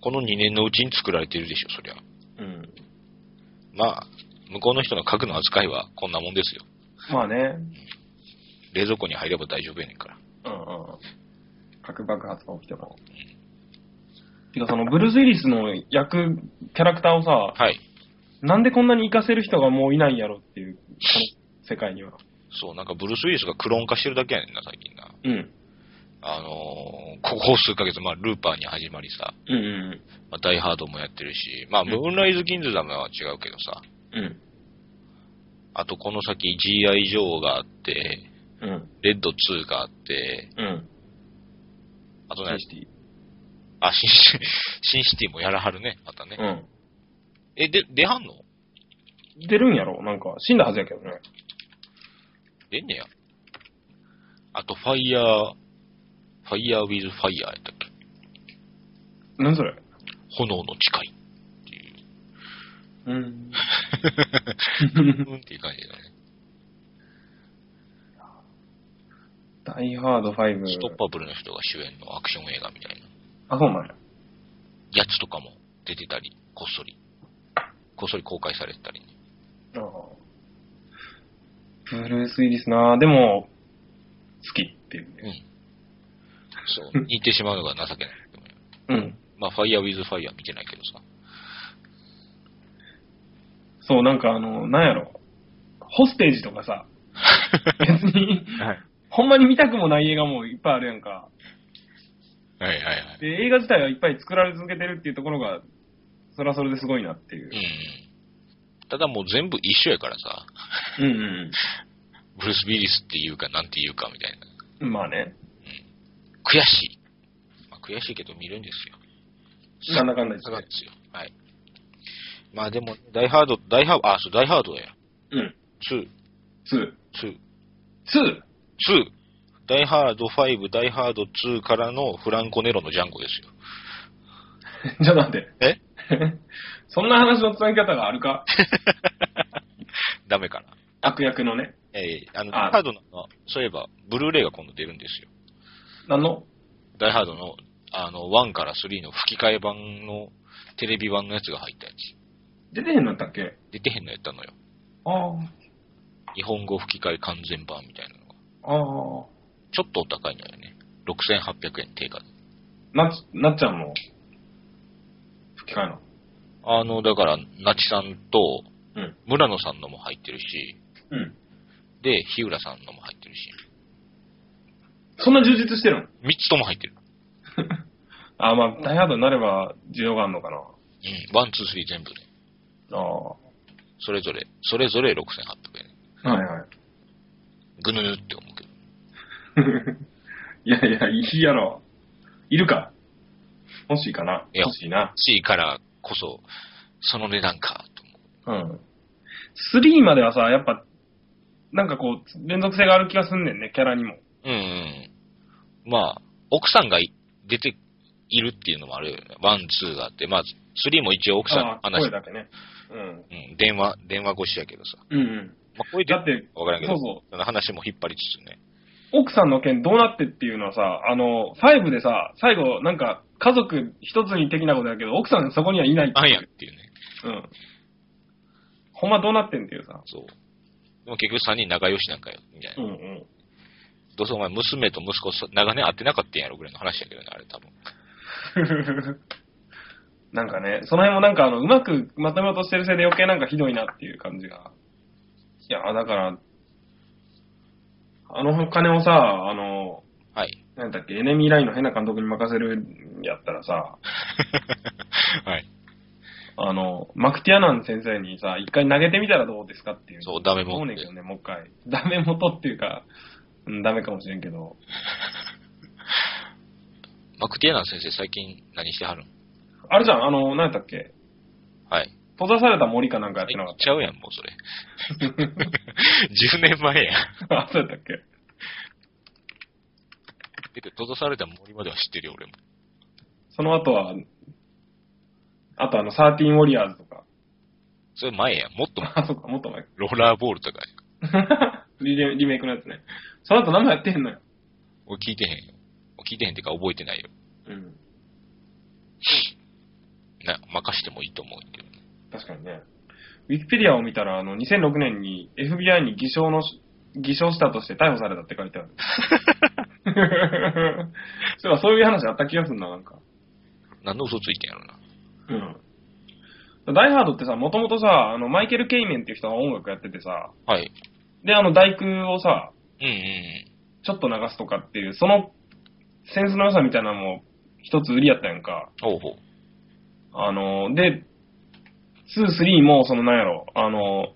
A: この2年のうちに作られてるでしょ、そりゃ。
B: うん。
A: まあ、向こうの人の核の扱いはこんなもんですよ。
B: まあね、
A: 冷蔵庫に入れば大丈夫やねんから。
B: うんうん。核爆発が起きても。てかそのブルース・ウィリスの役、キャラクターをさ、
A: はい。
B: なんでこんなに活かせる人がもういないんやろっていう、この世界には。
A: そう、なんかブルース・ウィリスがクローン化してるだけやねんな、最近な。
B: うん。
A: あのーこ [laughs] こ数ヶ月、まあ、ルーパーに始まりさ、
B: うんうん
A: まあ、ダイハードもやってるし、まあ、
B: うん
A: ムーンライズ・ギンズダムは違うけどさ、
B: うん。
A: あとこの先 GI ジョーがあって、
B: うん。うん。
A: レッド2があって、
B: うん。
A: あと
B: ナ
A: ね
B: イ、シティ。
A: あ、シン [laughs] シシンシティもやらはるね、またね。
B: うん。
A: え、で、出はんの
B: 出るんやろなんか、死んだはずやけどね。
A: 出んねや。あと、ファイヤー、ファイヤー・ウィズ・ファイヤーやったっけ
B: 何それ
A: 炎の誓いっていう。
B: うん。
A: うんっていう感じだね。
B: ダイハード5。
A: ストッパブルの人が主演のアクション映画みたいな。
B: あ、そうなんや。
A: やつとかも出てたり、こっそり。こっそり公開されてたりね。
B: ああブルース・ウィリスなでも、好きっていうね。
A: そう。 [laughs] 言ってしまうのが情けない。
B: うん。
A: まあ、ファイヤーウィズファイヤー見てないけどさ。
B: そう、なんかあの、なんやろ。ホステージとかさ、別に、
A: はい。
B: ほんまに見たくもない映画もいっぱいあるやんか。
A: はいはいはい。
B: で、映画自体はいっぱい作られ続けてるっていうところが、それはそれですごいなってい
A: う。
B: う
A: ん。ただもう全部一緒やからさ、
B: うんうん
A: ブルース・ビリスっていうかなんていうかみたいな。
B: うん。まあね。
A: 悔しい。まあ、悔しいけど見るんですよ。
B: なんだかんだ言っ
A: そ
B: て
A: うなんですよ。はい。まあでも、ダイハード、ダイハード、あ、そう、ダイハードや。
B: うん。
A: 2、
B: 2。
A: 2、
B: [laughs] 2?
A: 2。ダイハード5、ダイハード2からのフランコネロのジャンゴですよ。
B: じゃあなんで
A: え
B: [laughs] そんな話の繋ぎ方があるか
A: ダメかな。
B: 悪役のね。
A: ええあの、ダ
B: あ
A: イハードの、あそういえば、ブルーレイが今度出るんですよ。
B: 何の
A: ダイハードの、あの、1から3の吹き替え版の、テレビ版のやつが入ったやつ。
B: 出てへんのだったっけ
A: 出てへんのやったのよ。
B: あ
A: 日本語吹き替え完全版みたいなのが。
B: あ、ああ。
A: ちょっとお高いのよね。6800円定価で。
B: なっ、なっちゃんも、吹き替えの。
A: あの、だから、ナチさんと、
B: うん
A: 村野さんのも入ってるし、
B: うん。
A: で、日浦さんのも入ってるし、
B: そんな充実してるの
A: 3つとも入ってる。
B: あ、まあ、ダイハードになれば需要があるのかな。
A: うん、ワン、ツー、スリー全部で。
B: ああ。は
A: それぞれ、それぞれ6800円。
B: いはい。
A: ぐぬぬって思うけど。
B: [laughs] いやいや、いいやろ。いるか。欲しいかな。
A: いや
B: 欲しいな。
A: C からこそ、その値段か、と思う。
B: うん。3まではさ、やっぱ、なんかこう、連続性がある気がすんねんね、キャラにも。
A: うん、うん。まあ、奥さんがい出ているっていうのもあるよね。ワン、ツーがあって、まあ、スリーも一応奥さんの
B: ああ、
A: 話
B: 声、だけね。うん。
A: うん、電話、電話越しやけどさ。
B: うんうん。
A: まあ、声で
B: だ、って、
A: わからんけど、
B: そうそう
A: その話も引っ張りつつね。
B: 奥さんの件どうなってっていうのはさ、あの、5でさ、最後、なんか、家族一つに的なことだけど、奥さんそこにはいないっていう
A: あんやっていうね。
B: うん。ほんまどうなってんっていうさ。
A: そう。でも結局3人仲良しなんかよ、みたいな。
B: うんうん。
A: どうせお前娘と息子そ長年会ってなかったんやろぐらいの話やけどね、あれ多分。
B: [laughs] なんかね、その辺もなんかあの、うまくまとめようとしてるせいで余計なんかひどいなっていう感じが。いや、だから、あのお金をさ、あの、 [laughs]
A: はい。
B: なんだっけ、エネミーラインの変な監督に任せるんやったらさ、
A: はい。
B: あの、マクティアナン先生にさ、一回投げてみたらどうですかっていう。
A: そう、ダメ
B: 思
A: も
B: うんねん
A: で
B: け。どね、もう一回。ダメ元っていうか、うん、ダメかもしれんけど。
A: マクティアナ先生最近何してはるん
B: あれじゃん、あの、なんだっけ、
A: はい。
B: 閉ざされた森かなんかやってなか
A: 行
B: っ
A: っちゃうやん、もうそれ。10年前やん。
B: た。あ、そうやったっけ
A: 出て閉ざされた森までは知ってるよ、俺も。
B: その後は、あとあの、サーティーンウォリアーズとか。
A: それ前やん。もっと前
B: あ、そっか、もっと前。 [laughs]
A: ローラーボールとかや
B: リメリメイクのやつね。その後何もやってへんのよ。
A: 俺聞いてへんよ。俺聞いてへんってか覚えてないよ。
B: うん。
A: な、任してもいいと思うけど。
B: 確かにね。ウィキペディアを見たら、あの、2006年に FBI に偽証のし、偽証したとして逮捕されたって書いてある。そういえばそういう話あった気がするな、なんか。
A: 何の嘘ついてんやろな。
B: うん。ダイハードってさ、もともとさ、あの、マイケル・ケイメンっていう人が音楽やっててさ、
A: はい。
B: で、あの、大工をさ、
A: うんうんうん。
B: ちょっと流すとかっていう、そのセンスの良さみたいなのも一つ売りやったやんか。
A: ほうほう。
B: あの、で、2、3もそのなんやろ、あの、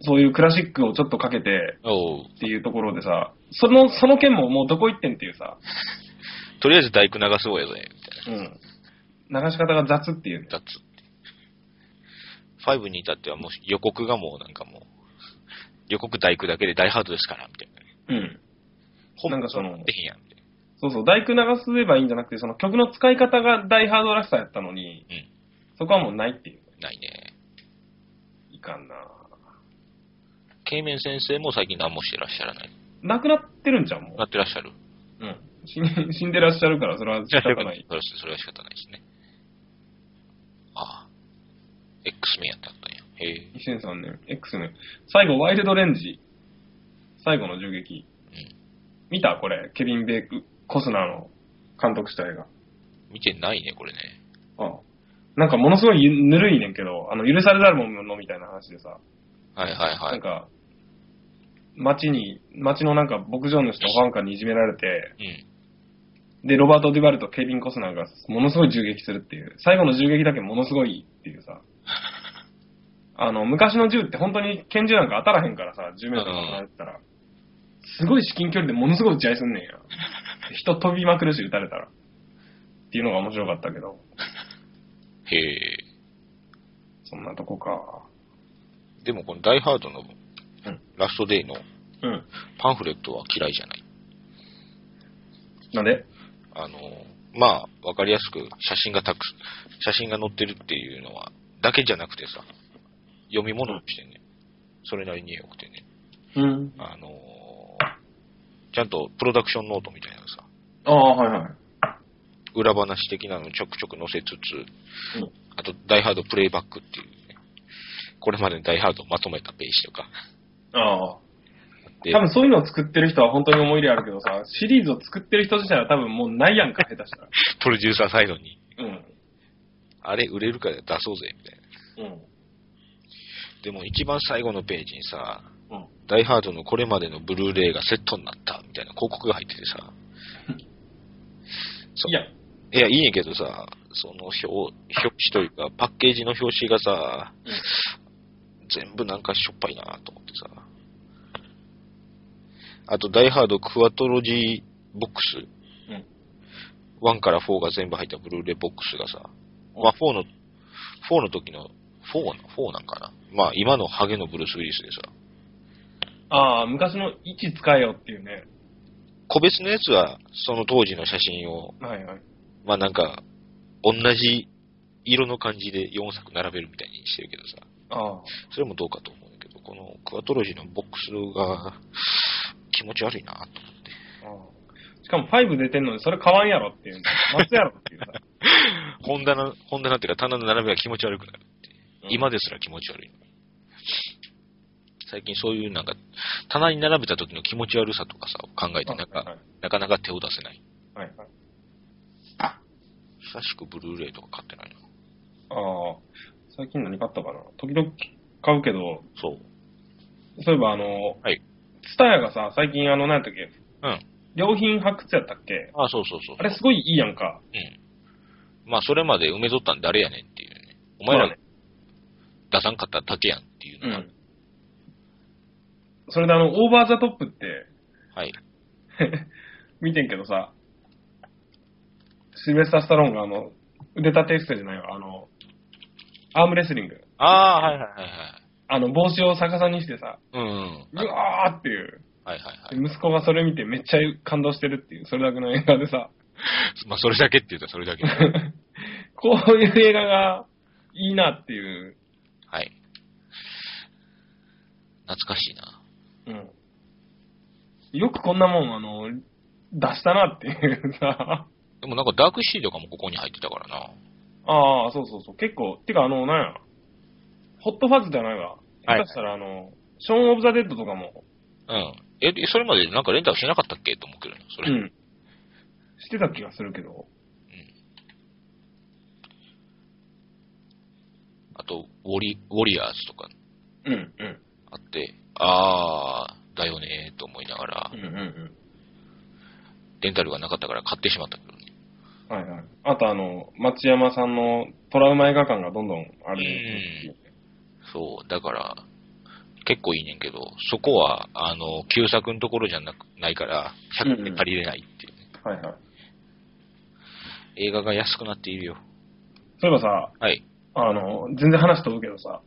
B: そういうクラシックをちょっとかけて
A: おう
B: っていうところでさ、その、その件ももうどこ行ってんっていうさ、
A: とりあえず大工流そうやぜ、みたいな。
B: うん。流し方が雑っていうね。
A: だっつって。5に至ってはもう予告がもうなんかもう、予告大工だけで大ハードですから、みたいな。
B: うん。なんかその
A: でへんやん、みたいな。
B: そうそう、大工流せばいいんじゃなくて、その曲の使い方が大ハードらしさやったのに、
A: うん
B: そこはもうないっていう。
A: ないね。
B: いかんな
A: ケイメン先生も最近何もしてらっしゃらない。
B: なくなってるんじゃん、もう
A: な。ってらっしゃる。
B: うん。死ん死んでらっしゃるから、それは仕方ない。
A: それはそれは仕方ないですね。ああ。X メンやったんだよ。へえ。
B: 2003年、X ね。最後、ワイルドレンジ。最後の銃撃。
A: うん
B: 見たこれ。ケビン・ベイク、コスナーの監督した映画。
A: 見てないね、これね。
B: ああなんかものすごいゆぬるいねんけど、あの、許されざるものみたいな話でさ、
A: はいはいは
B: なん
A: い。
B: か、街に、街のなんか牧場主とファンカーにいじめられて、
A: うん。
B: で、ロバート・ディバルとケビン・コスナーがものすごい銃撃するっていう、最後の銃撃だけものすごいっていうさ、あの、昔の銃って本当に拳銃なんか当たらへんからさ、10メートル離れてたら、すごい至近距離でものすごい打ち合いすんねんや。人飛びまくるし、撃たれたら。っていうのが面白かったけど、
A: へえ。
B: そんなとこか。
A: でもこのダイハードの
B: ん
A: ラストデイの
B: うん。
A: パンフレットは嫌いじゃない。
B: なんで
A: あの、まあ、わかりやすく写真がたくさん、写真が載ってるっていうのは、だけじゃなくてさ、読み物としてね、それなりに良くてね、
B: うん。
A: あの、ちゃんとプロダクションノートみたいなのさ、
B: ああ、はいはい。
A: 裏話的なのちょくちょく載せつつ、
B: うん
A: あと、ダイハードプレイバックっていうね、これまでのダイハードをまとめたページと
B: [laughs]
A: か、
B: ああ。
A: で
B: 多分そういうのを作ってる人は本当に思い入れあるけどさ、シリーズを作ってる人自体は多分もうないやんか、下手したら。
A: プロデューサーサイドに、
B: うん。
A: あれ売れるから出そうぜ、みたいな。
B: うん。
A: でも一番最後のページにさ、
B: うん。
A: ダイハードのこれまでのブルーレイがセットになった、みたいな広告が入ってて
B: [laughs]
A: さ。そう
B: いや、
A: いや、いいんやけどさ、その表、表紙というか、パッケージの表紙がさ、
B: うん
A: 全部なんかしょっぱいなと思ってさ。あと、ダイハードクワトロジーボックス。
B: うん
A: 1から4が全部入ったブルーレイボックスがさ、まあ4の、4の時の、4な、4なんかな。まあ今のハゲのブルース・ウィリスでさ、
B: ああ、昔の位置使えよっていうね。
A: 個別のやつはその当時の写真を、
B: はいはい。
A: まあなんか、同じ色の感じで4作並べるみたいにしてるけどさ、
B: ああ。
A: それもどうかと思うんだけど、このクワトロジーのボックスが気持ち悪いなと。
B: しかも5出てんのに、それ買わんやろっていう [laughs] ね。松やろっていうさ。
A: 本棚、本棚っていうか棚の並びが気持ち悪くなる。今ですら気持ち悪い。最近そういうなんか、棚に並べた時の気持ち悪さとかさ、考えてなん
B: はいは
A: か
B: い、
A: なかなか手を出せない。
B: はいはい。
A: 久しくブルーレイとか買ってないな。
B: ああ。最近何買ったかな時々買うけど、
A: そう。
B: そういえばあの、
A: はい。
B: ツタヤがさ、最近あの、何やったっけ
A: うん。
B: 良品発掘やったっけ
A: あそうそうそう。
B: あれすごいいいやんか。
A: うん。まあ、それまで埋めとったん誰やねんっていうね。お前
B: まあ
A: ら
B: ね。
A: 出さんかっただけやんっていう
B: う
A: のが、
B: ん。それであの、オーバーザトップって、
A: はい。
B: 見てんけどさ、シルベスター・スタローンがあの、腕立て伏せじゃないわ、あの、アームレスリング。
A: ああ、はいはいはい
B: あの、帽子を逆さにしてさ、
A: はい。うん。
B: うわーっていう。
A: はいはいはい。
B: 息子がそれ見てめっちゃ感動してるっていう、それだけの映画でさ、
A: まあ、それだけって言ったらそれだけ。
B: こういう映画がいいなっていう。
A: はい。懐かしいな。
B: うん。よくこんなもん、あの、出したなっていうさ。
A: でもなんかダークシードかもここに入ってたからな。
B: ああ、そうそうそう。結構、てかあの、なんや、ホットファズじゃないわ。
A: はい
B: 下手したらあの、ショーン・オブ・ザ・デッドとかも、
A: うん。え、それまでなんかレンタルしなかったっけと思うけどな、そうれ。
B: ん。してた気がするけど。
A: あと、ウォリ、ウォリアーズとか
B: うん、うん。
A: あって、ああ、だよねーと思いながら
B: うん、、うん、
A: レンタルがなかったから買ってしまったけどね。
B: うん。はいはい。あとあの、町山さんのトラウマ映画館がどんどんあれに、
A: そう、だから、結構いいねんけど、そこは、あの、旧作のところじゃなくないから、
B: うん
A: 100
B: うん
A: 円借りれないっていう、ね
B: はいはい。
A: 映画が安くなっているよ。
B: そういえばさ、
A: はい。
B: あの、全然話飛ぶけどさ、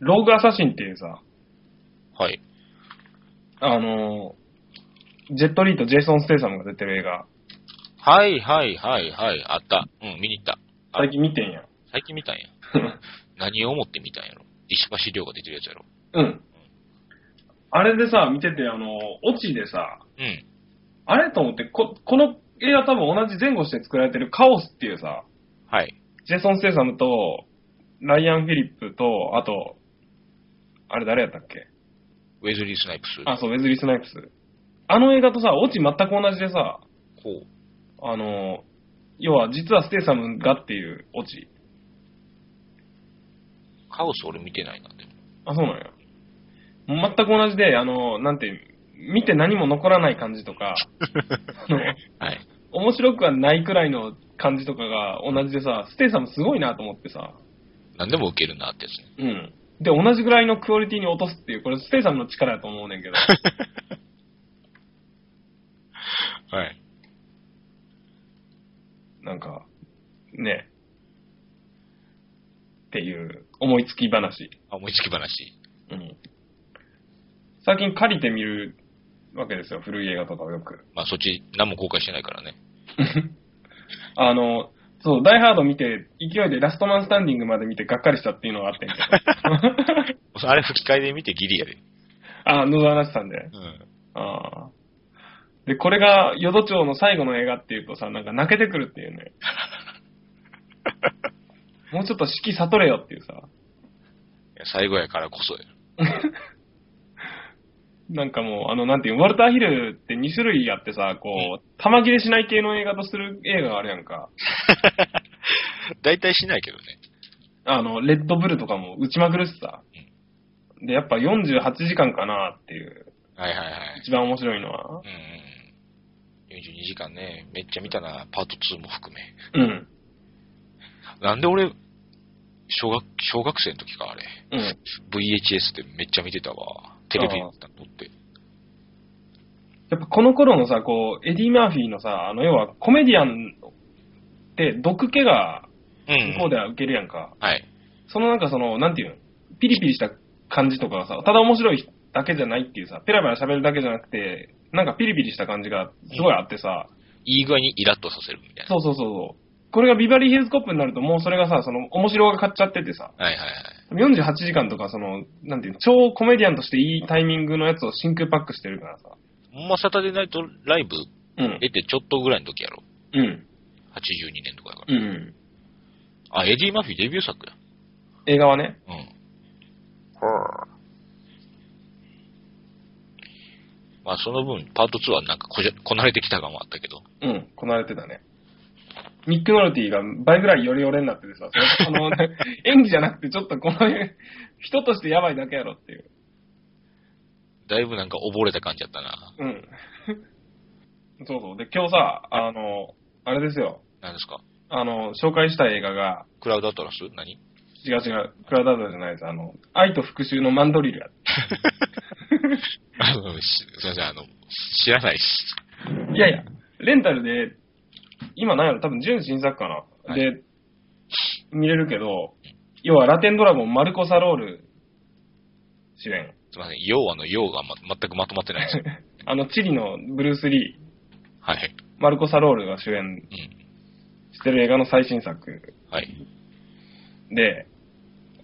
B: ローグアサシンっていうさ、
A: はい。
B: あの、ジェットリーとジェイソン・ステイサムが出てる映画、
A: はいはいはいはい、あった。うん、見に行った。あ
B: 最近見てんや。
A: 最近見 [laughs] たんや。何を思って見たんやろ。石橋亮が出てるやつやろ。
B: うん。あれでさ、見てて、あの、オチでさ、
A: うん。
B: あれと思って、こ、この映画多分同じ前後して作られてるカオスっていうさ、
A: はい。
B: ジェイソン・ステイサムと、ライアン・フィリップと、あと、あれ誰やったっけ
A: ウェズリー・スナイプス。
B: あ、そう、ウェズリー・スナイプス。あの映画とさ、オチ全く同じでさ、
A: ほう。
B: あの、要は実はステイサムがっていうオチ。
A: カオス俺見てないな、でも。
B: あ、そうなんや。全く同じで、あの、なんて、見て何も残らない感じとか、あの
A: はい。
B: 面白くはないくらいの感じとかが同じでさ、ステイサムすごいなと思ってさ、
A: 何でも受けるなってや [laughs] つね。
B: うん。で、同じぐらいのクオリティに落とすっていう、これステイサムの力やと思うねんけど、
A: はい。
B: なんか、ね。っていう、思いつき話。
A: あ、思いつき話。
B: うん。最近借りてみるわけですよ、古い映画とかをよく。 [laughs]
A: まあ、そっち何も公開してないからね。
B: あの、そう、ダイハード見て、勢いでラストマンスタンディングまで見てがっかりしたっていうのがあ [laughs] ってんけ
A: [laughs]
B: ど。
A: あれ吹き替えで見てギリやで。
B: あ、野沢なしさんで。
A: うん。
B: あーで、これが、淀町の最後の映画っていうとさ、なんか泣けてくるっていう [laughs] ね。もうちょっと式悟れよっていうさ、
A: 最後やからこそや。
B: なんかもう、あの、なんていう、ワルターヒルって2種類あってさ、こう、玉切れしない系の映画とする映画があるやんか。
A: 大体しないけどね。
B: あの、レッドブルとかも打ちまくるしさ
A: うん。
B: で、やっぱ48時間かなっていう、
A: はいはいはい。
B: 一番面白いのは。
A: うんうん。42時間ね、めっちゃ見たな、パート2も含め。
B: うん。
A: なんで俺、小学、小学生の時か、あれ。
B: うん。
A: VHS ってめっちゃ見てたわ。テレビだったのって。
B: やっぱこの頃のさ、こう、エディ・マーフィーのさ、あの、要はコメディアンって毒気が
A: う。
B: 向こうんでは受けるやんか。
A: はい。
B: そのなんかその、なんていうのピリピリした感じとかがさ、ただ面白いだけじゃないっていうさ、ペラペラ喋るだけじゃなくて、なんかピリピリした感じがすごいあってさ、
A: いい具合にイラッとさせるみたい
B: そうそうそうそう。これがビバリーヒルズコップになるともうそれがさ、その面白が買っちゃっててさ、
A: な。はいはい
B: 48時間とかその、なんていうの、超コメディアンとしていいタイミングのやつを真空パックしてるからさ。
A: はい。ほんまサタデーナイトライブ
B: うん。
A: 出てちょっとぐらいの時やろ。
B: うん。
A: 82年とかやから。
B: うん。
A: あ、エディ・マフィーデビュー作や。
B: 映画はね。
A: うん。まあその分、パート2はなんかこじゃこなれてきた感もあったけど。
B: うん。こなれてたね。ミック・ノルティが倍ぐらいヨレヨレになっててさ、 [laughs] そのあの演技じゃなくてちょっとこの人としてやばいだけやろっていう。
A: だいぶなんか溺れた感じやったな。
B: うん。そうそう。で、今日さ、あの、あれですよ。
A: 何ですか
B: あの、紹介したい映画が、
A: クラウドアトラス何 [laughs]
B: 違う違う、クラウダードじゃないです。あの、愛と復讐のマンドリルや。
A: あの、しすいません、あの、知らないっす。
B: いやいや、レンタルで、今なんやろ、多分純新作かな。
A: は
B: で、見れるけど、要はラテンドラゴン、マルコ・サロール主演。
A: すいません、要はの要が、ま、全くまとまってないで
B: [laughs]
A: す。
B: あの、チリのブルース・リー、
A: はい。
B: マルコ・サロールが主演
A: うん。
B: してる映画の最新作
A: はい。
B: で、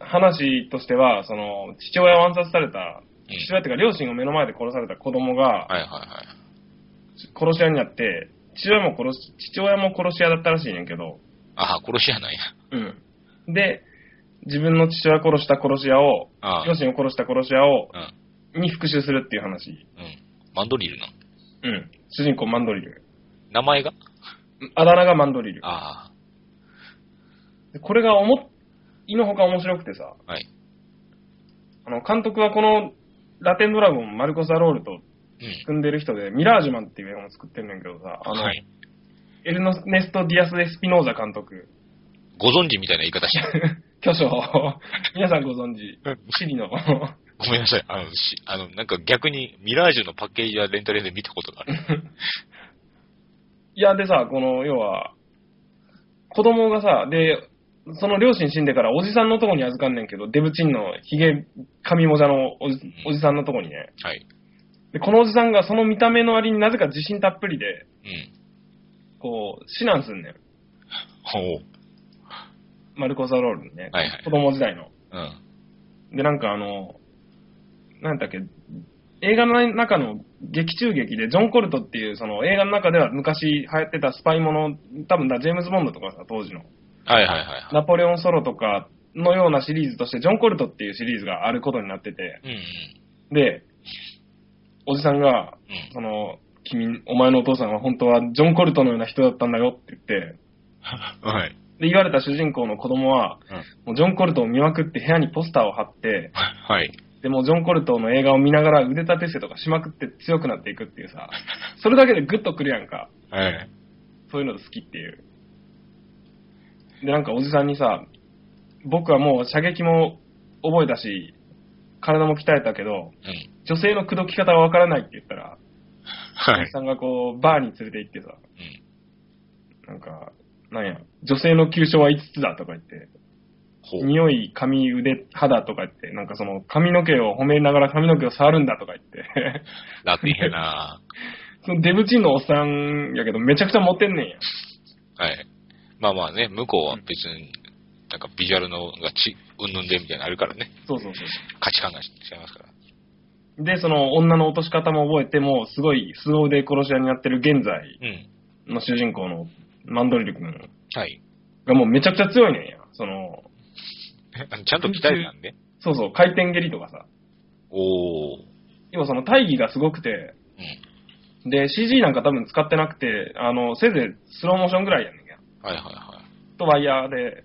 B: 話としては、その、父親を暗殺された、
A: うん
B: 父親っていうか両親を目の前で殺された子供が
A: はいはいはい。
B: 殺し屋になって、父親も殺し、父親も殺し屋だったらしいねんけど、
A: ああ、殺し屋なんや。
B: うん。で、自分の父親殺した殺し屋を、
A: ああ。
B: 両親を殺した殺し屋を、
A: うん。
B: に復讐するっていう話。
A: うん。マンドリルの。
B: うん。主人公マンドリル。
A: 名前が
B: あだ名がマンドリル。
A: あ
B: でこれが思っ、いのほか面白くてさ、
A: あ。はい。
B: あの、監督はこの、ラテンドラゴン、マルコ・サロールと
A: うん。
B: 組んでる人で、ミラージュマンっていう映画も作ってんねんけどさ、あの、
A: はい。
B: エルノネスト・ディアス・エスピノーザ監督、
A: ご存知みたいな言い方して [laughs]
B: 巨匠、皆さんご存知、 [laughs] チリの、
A: ごめんなさい。あの、し、あの、なんか逆に、ミラージュのパッケージはレンタルで見たことがある。
B: いや、でさ、この、要は、子供がさ、で、その両親死んでからおじさんのとこに預かんねんけど、デブチンのヒゲ、髪もじゃのおじおじさんのとこにね。
A: はい。
B: で、このおじさんがその見た目の割になぜか自信たっぷりで、
A: うん。
B: こう、指南すんねん。
A: ほう。
B: マルコ・ザロールにね。
A: はいはい
B: 子。供時代の。
A: うん。
B: で、なんかあの、なんだっけ、映画の中の劇中劇で、ジョン・コルトっていう、その映画の中では昔流行ってたスパイもの、多分だ、ジェームズ・ボンドとかさ、当時の。
A: はいはいはいは
B: ナポレオンソロとかのようなシリーズとして、ジョン・コルトっていうシリーズがあることになってて、
A: い。うんうん。
B: で、おじさんが、
A: うん。
B: その、君、お前のお父さんは本当はジョン・コルトのような人だったんだよって言って、
A: はい。
B: で、言われた主人公の子供は、もうジョン・コルトを見まくって部屋にポスターを貼って、
A: はい。
B: でもうジョン・コルトの映画を見ながら腕立て伏せとかしまくって強くなっていくっていうさ、それだけでグッとくるやんか。
A: はい。
B: そういうの好きっていう。で、なんかおじさんにさ、僕はもう射撃も覚えたし、体も鍛えたけど、
A: うん。
B: 女性の口説き方がわからないって言ったら、
A: は
B: おじ。さんがこう、バーに連れて行ってさ、
A: うん。
B: なんか、なんや、女性の急所は5つだとか言って、
A: ほう。
B: 匂い、髪、腕、肌とか言って、なんかその髪の毛を褒めながら髪の毛を触るんだとか言って、
A: ラテンやな
B: そのデブチンのおっさんやけどめちゃくちゃモテんねんや。
A: はい。まあまあね、向こうは別に、なんかビジュアルのがち、うんぬんでみたいなのあるからね。
B: そうそうそう。
A: 価値観が違いますから。
B: で、その女の落とし方も覚えて、もうすごい凄腕殺し屋になってる現在
A: うん。
B: の主人公のマンドリル君
A: はい。
B: がもうめちゃくちゃ強いねんや。その、
A: あのちゃんと鍛えたんで。
B: そうそう、回転蹴りとかさ。
A: おー。
B: 要はその大義がすごくて、
A: うん。
B: で、CG なんか多分使ってなくて、あの、せいぜいスローモーションぐらいやねんや。
A: はいはいは
B: とワイヤーで、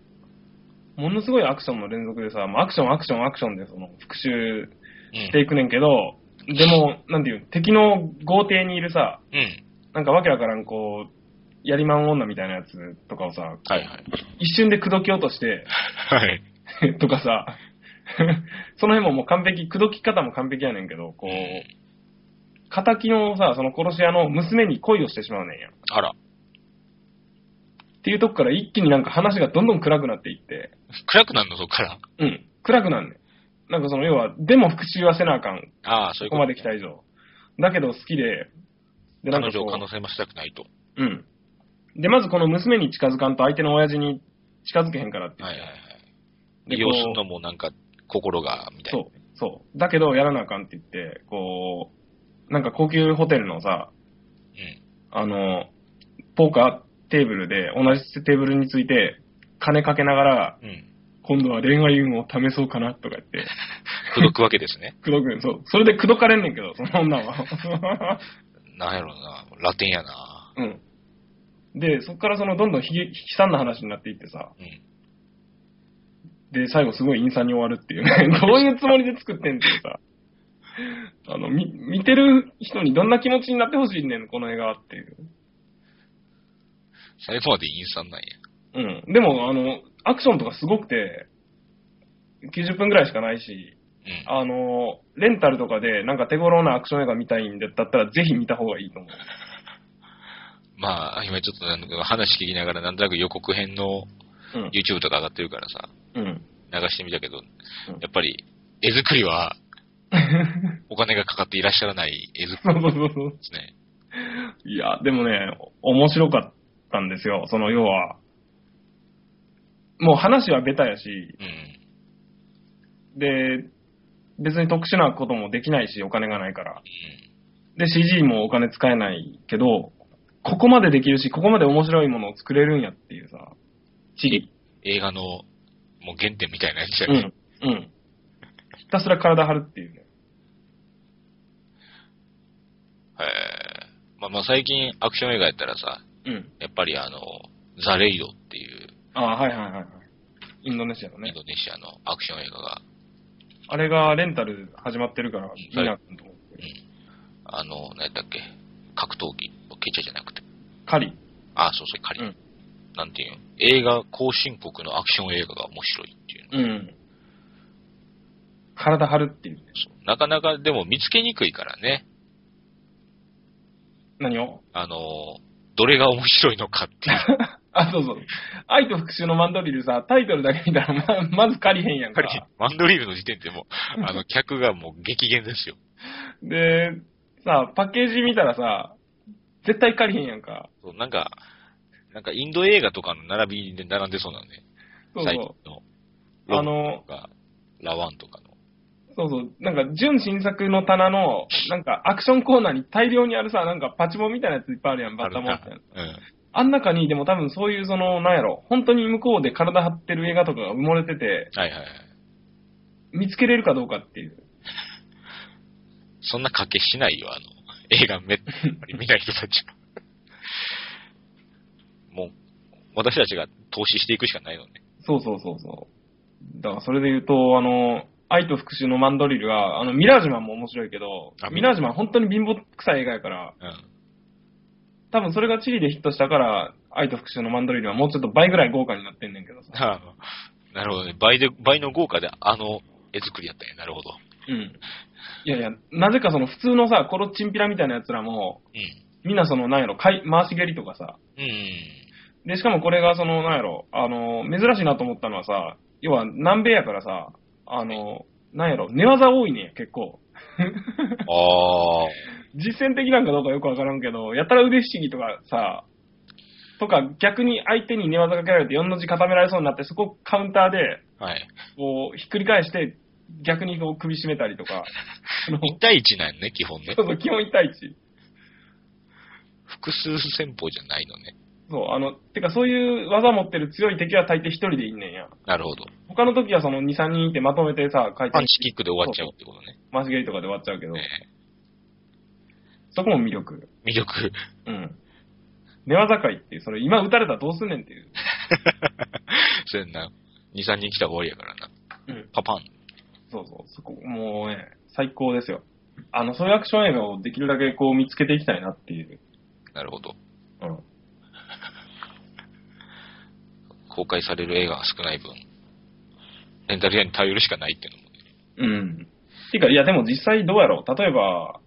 B: ものすごいアクションの連続でさ、もうアクション、アクション、アクションでその復讐
A: う
B: して
A: ん。
B: いくねんけど、でも、なんていう、敵の豪邸にいるさ、
A: うん。
B: なんかわけわからん、こう、やりまん女みたいなやつとかをさ、
A: はいはい。
B: 一瞬で口説き落として、 [laughs]
A: はい。
B: とかさ、 [laughs] その辺ももう完璧、口説き方も完璧やねんけど、こ
A: う
B: う、
A: ん。
B: 敵のさ、その殺し屋の娘に恋をしてしまうねんや。
A: あら。
B: っていうとこから一気になんか話がどんどん暗くなっていって、
A: 暗くなるの、そっから。
B: うん、暗くなんねん。なんかその要は、でも復讐はせなあかん。
A: ああ、そうい
B: こ
A: う
B: こ
A: こと、
B: まで来た以上。だけど好きで、で、なん
A: 彼
B: か
A: 女
B: こ
A: を可
B: う
A: 能、性もしたくないと。
B: うん。で、まずこの娘に近づかんと相手の親父に近づけへんからって言っ
A: はい
B: て。
A: はいはい。
B: で
A: 利用す
B: こ
A: る
B: う
A: のもなんか、心が、みたいな。
B: そう、そう。だけど、やらなあかんって言って、こう、なんか高級ホテルのさ、
A: うん。
B: あの、ポーカーテーブルで、同じテーブルについて、金かけながら、
A: うん。
B: 今度は恋愛運を試そうかなとか言って、
A: 口説くわけですね。
B: 口説く、そう。それで口説かれんねんけど、その女は。
A: [laughs]
B: [laughs]
A: なんやろな。ラテンやな。
B: うん。で、そっからその、どんどんひげ悲惨な話になっていってさ、
A: うん。
B: で、最後すごい陰惨に終わるっていうね。 [laughs] どういうつもりで作ってんっていうさ。あの、み、見てる人にどんな気持ちになってほしいねん、この映画はっていう。
A: 最後までインスタなんや。
B: うん。でも、あの、アクションとかすごくて、90分ぐらいしかないし、
A: うん。
B: あの、レンタルとかでなんか手頃なアクション映画見たいんだったら、ぜひ見た方がいいと思う。
A: まあ、今ちょっとなんか話聞きながら、なんとなく予告編の
B: う
A: YouTube とか上がってるからさ、
B: ん。うん。
A: 流してみたけど、やっぱり、絵作り [laughs] は、お金がかかっていらっしゃらない絵作り
B: そうそうそうそう。
A: ですね。
B: いや、でもね、面白かったんですよ。その、要は。もう話はベタやし、
A: うん。
B: で、別に特殊なこともできないし、お金がないから。で、CG もお金使えないけど、ここまでできるし、ここまで面白いものを作れるんやっていうさ、地理。
A: 映画の、もう原点みたいなやつや
B: う
A: ね。
B: ん。うん。ひたすら体張るっていうね。
A: へえ。まあまあ最近アクション映画やったらさ、
B: うん。
A: やっぱりあの、ザ・レイドっていう
B: ああ、はいはいはいはい。インドネシアの
A: イン
B: ね。
A: ドネシアのアクション映画が、
B: あれがレンタル始まってるから、いいなと思って。
A: あの、何やったっけ、格闘技、ケチャじゃなくて、
B: 狩り。
A: あ、そうそう、仮、
B: うん
A: なんていうの映画、後進国のアクション映画が面白いっていうの、
B: うん。体張るっていう。
A: そうなかなかでも見つけにくいからね、
B: 何を
A: あの、どれが面白いのかっていう。
B: あ、そうそう。愛と復讐のマンドリルさ、タイトルだけ見たら、ま、まず借りへんやんか。 [laughs]
A: 仮マンドリルの時点でもう、あの、客がもう激減ですよ。
B: で、さ、パッケージ見たらさ、絶対借りへんやんか。
A: そうなんか、なんかインド映画とかの並びで並んでそうなんで、
B: そう
A: 最近
B: そ
A: の。
B: う。あの
A: と、か、ラワンとかの。
B: そうそう。なんか、純新作の棚の、なんか、アクションコーナーに大量にあるさ、なんか、パチモンみたいなやついっぱいあるやん、バッタモンみたいな。
A: あるな
B: あん中に、でも多分そういう、その、なんやろ、本当に向こうで体張ってる映画とかが埋もれてて、
A: うん。はいはいはい。
B: 見つけれるかどうかっていう。
A: そんな賭けしないよ、あの、映画め、見ない人たちは。 [laughs] もう、私たちが投資していくしかないのね。
B: そうそうそうそう。だからそれで言うと、あの、愛と復讐のマンドリルは、あの、ミラージュマンも面白いけど
A: あ、
B: ミラージュマン本当に貧乏くさい映画やから、
A: うん。
B: 多分それがチリでヒットしたから、愛と復讐のマンドリルはもうちょっと倍ぐらい豪華になってんねんけどさ。
A: ああなるほどね。倍で、倍の豪華であの絵作りやったんや。なるほど。
B: うん。いやいや、なぜかその普通のさ、コロッチンピラみたいなやつらも、
A: うん。
B: みんなその、なんやろ、回回し蹴りとかさ。 [laughs]
A: うん。
B: で、しかもこれがその、なんやろ、あの、珍しいなと思ったのはさ、要は南米やからさ、あの、なんやろ、寝技多いねん、結構。
A: ああ。
B: 実践的なんかどうかよくわからんけど、やたら腕不思議とかさ、とか逆に相手に寝技かけられて4の字固められそうになって、そこをカウンターで、
A: はい。
B: こう、ひっくり返して、逆にこう首絞めたりと [laughs] か、あの
A: 1対1なんやね、基本ね
B: そ。うそう、基本1対1。
A: 複数戦法じゃないのね。
B: そう、あの、てかそういう技持ってる強い敵は大抵1人でいんねんや。
A: なるほど。
B: 他の時はその2、3人いてまとめてさ、回
A: パ
B: 転
A: ンチキックで終わっちゃうってことね。
B: 回し蹴りとかで終わっちゃうけど、
A: ね
B: そこも魅力。
A: 魅力。
B: うん。寝技界っていう、それ今打たれたらどうすんねんっていう。
A: そうやんな。 2、3人来たら終わりやからな。
B: うん。
A: パパン。
B: そうそう。そこ、もうね、最高ですよ。あの、そういうアクション映画をできるだけこう見つけていきたいなっていう。
A: なるほど。
B: うん。
A: 公開される映画が少ない分、レンタル屋に頼るしかないっていうのもね。
B: うん。てか、いやでも実際どうやろう。例えば、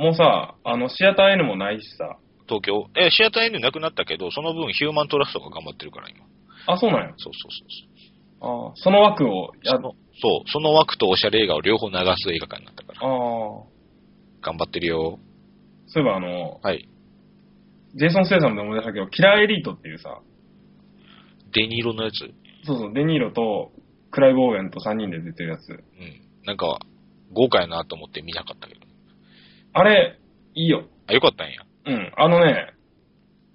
A: うん。
B: もうさ、あの、シアター N もないしさ。
A: 東京、え、シアター N なくなったけど、その分ヒューマントラストが頑張ってるから、今。
B: あ、そうなんや。
A: そうそうそうそう。
B: あーその枠をや
A: そのそう、その枠とオシャレ映画を両方流す映画館になったから。
B: ああ。
A: 頑張ってるよ。
B: そういえばあの、
A: はい。
B: ジェイソン・ステイサムで思い出したけど、キラーエリートっていうさ、
A: デニーロのやつ。
B: そうそう、デニーロとクライブ・オーウェンと3人で出てるやつ。
A: うん。なんか、豪華やなと思って見なかったけど。
B: あれ、いいよ。
A: あ、よかったんや。
B: うん。あのね、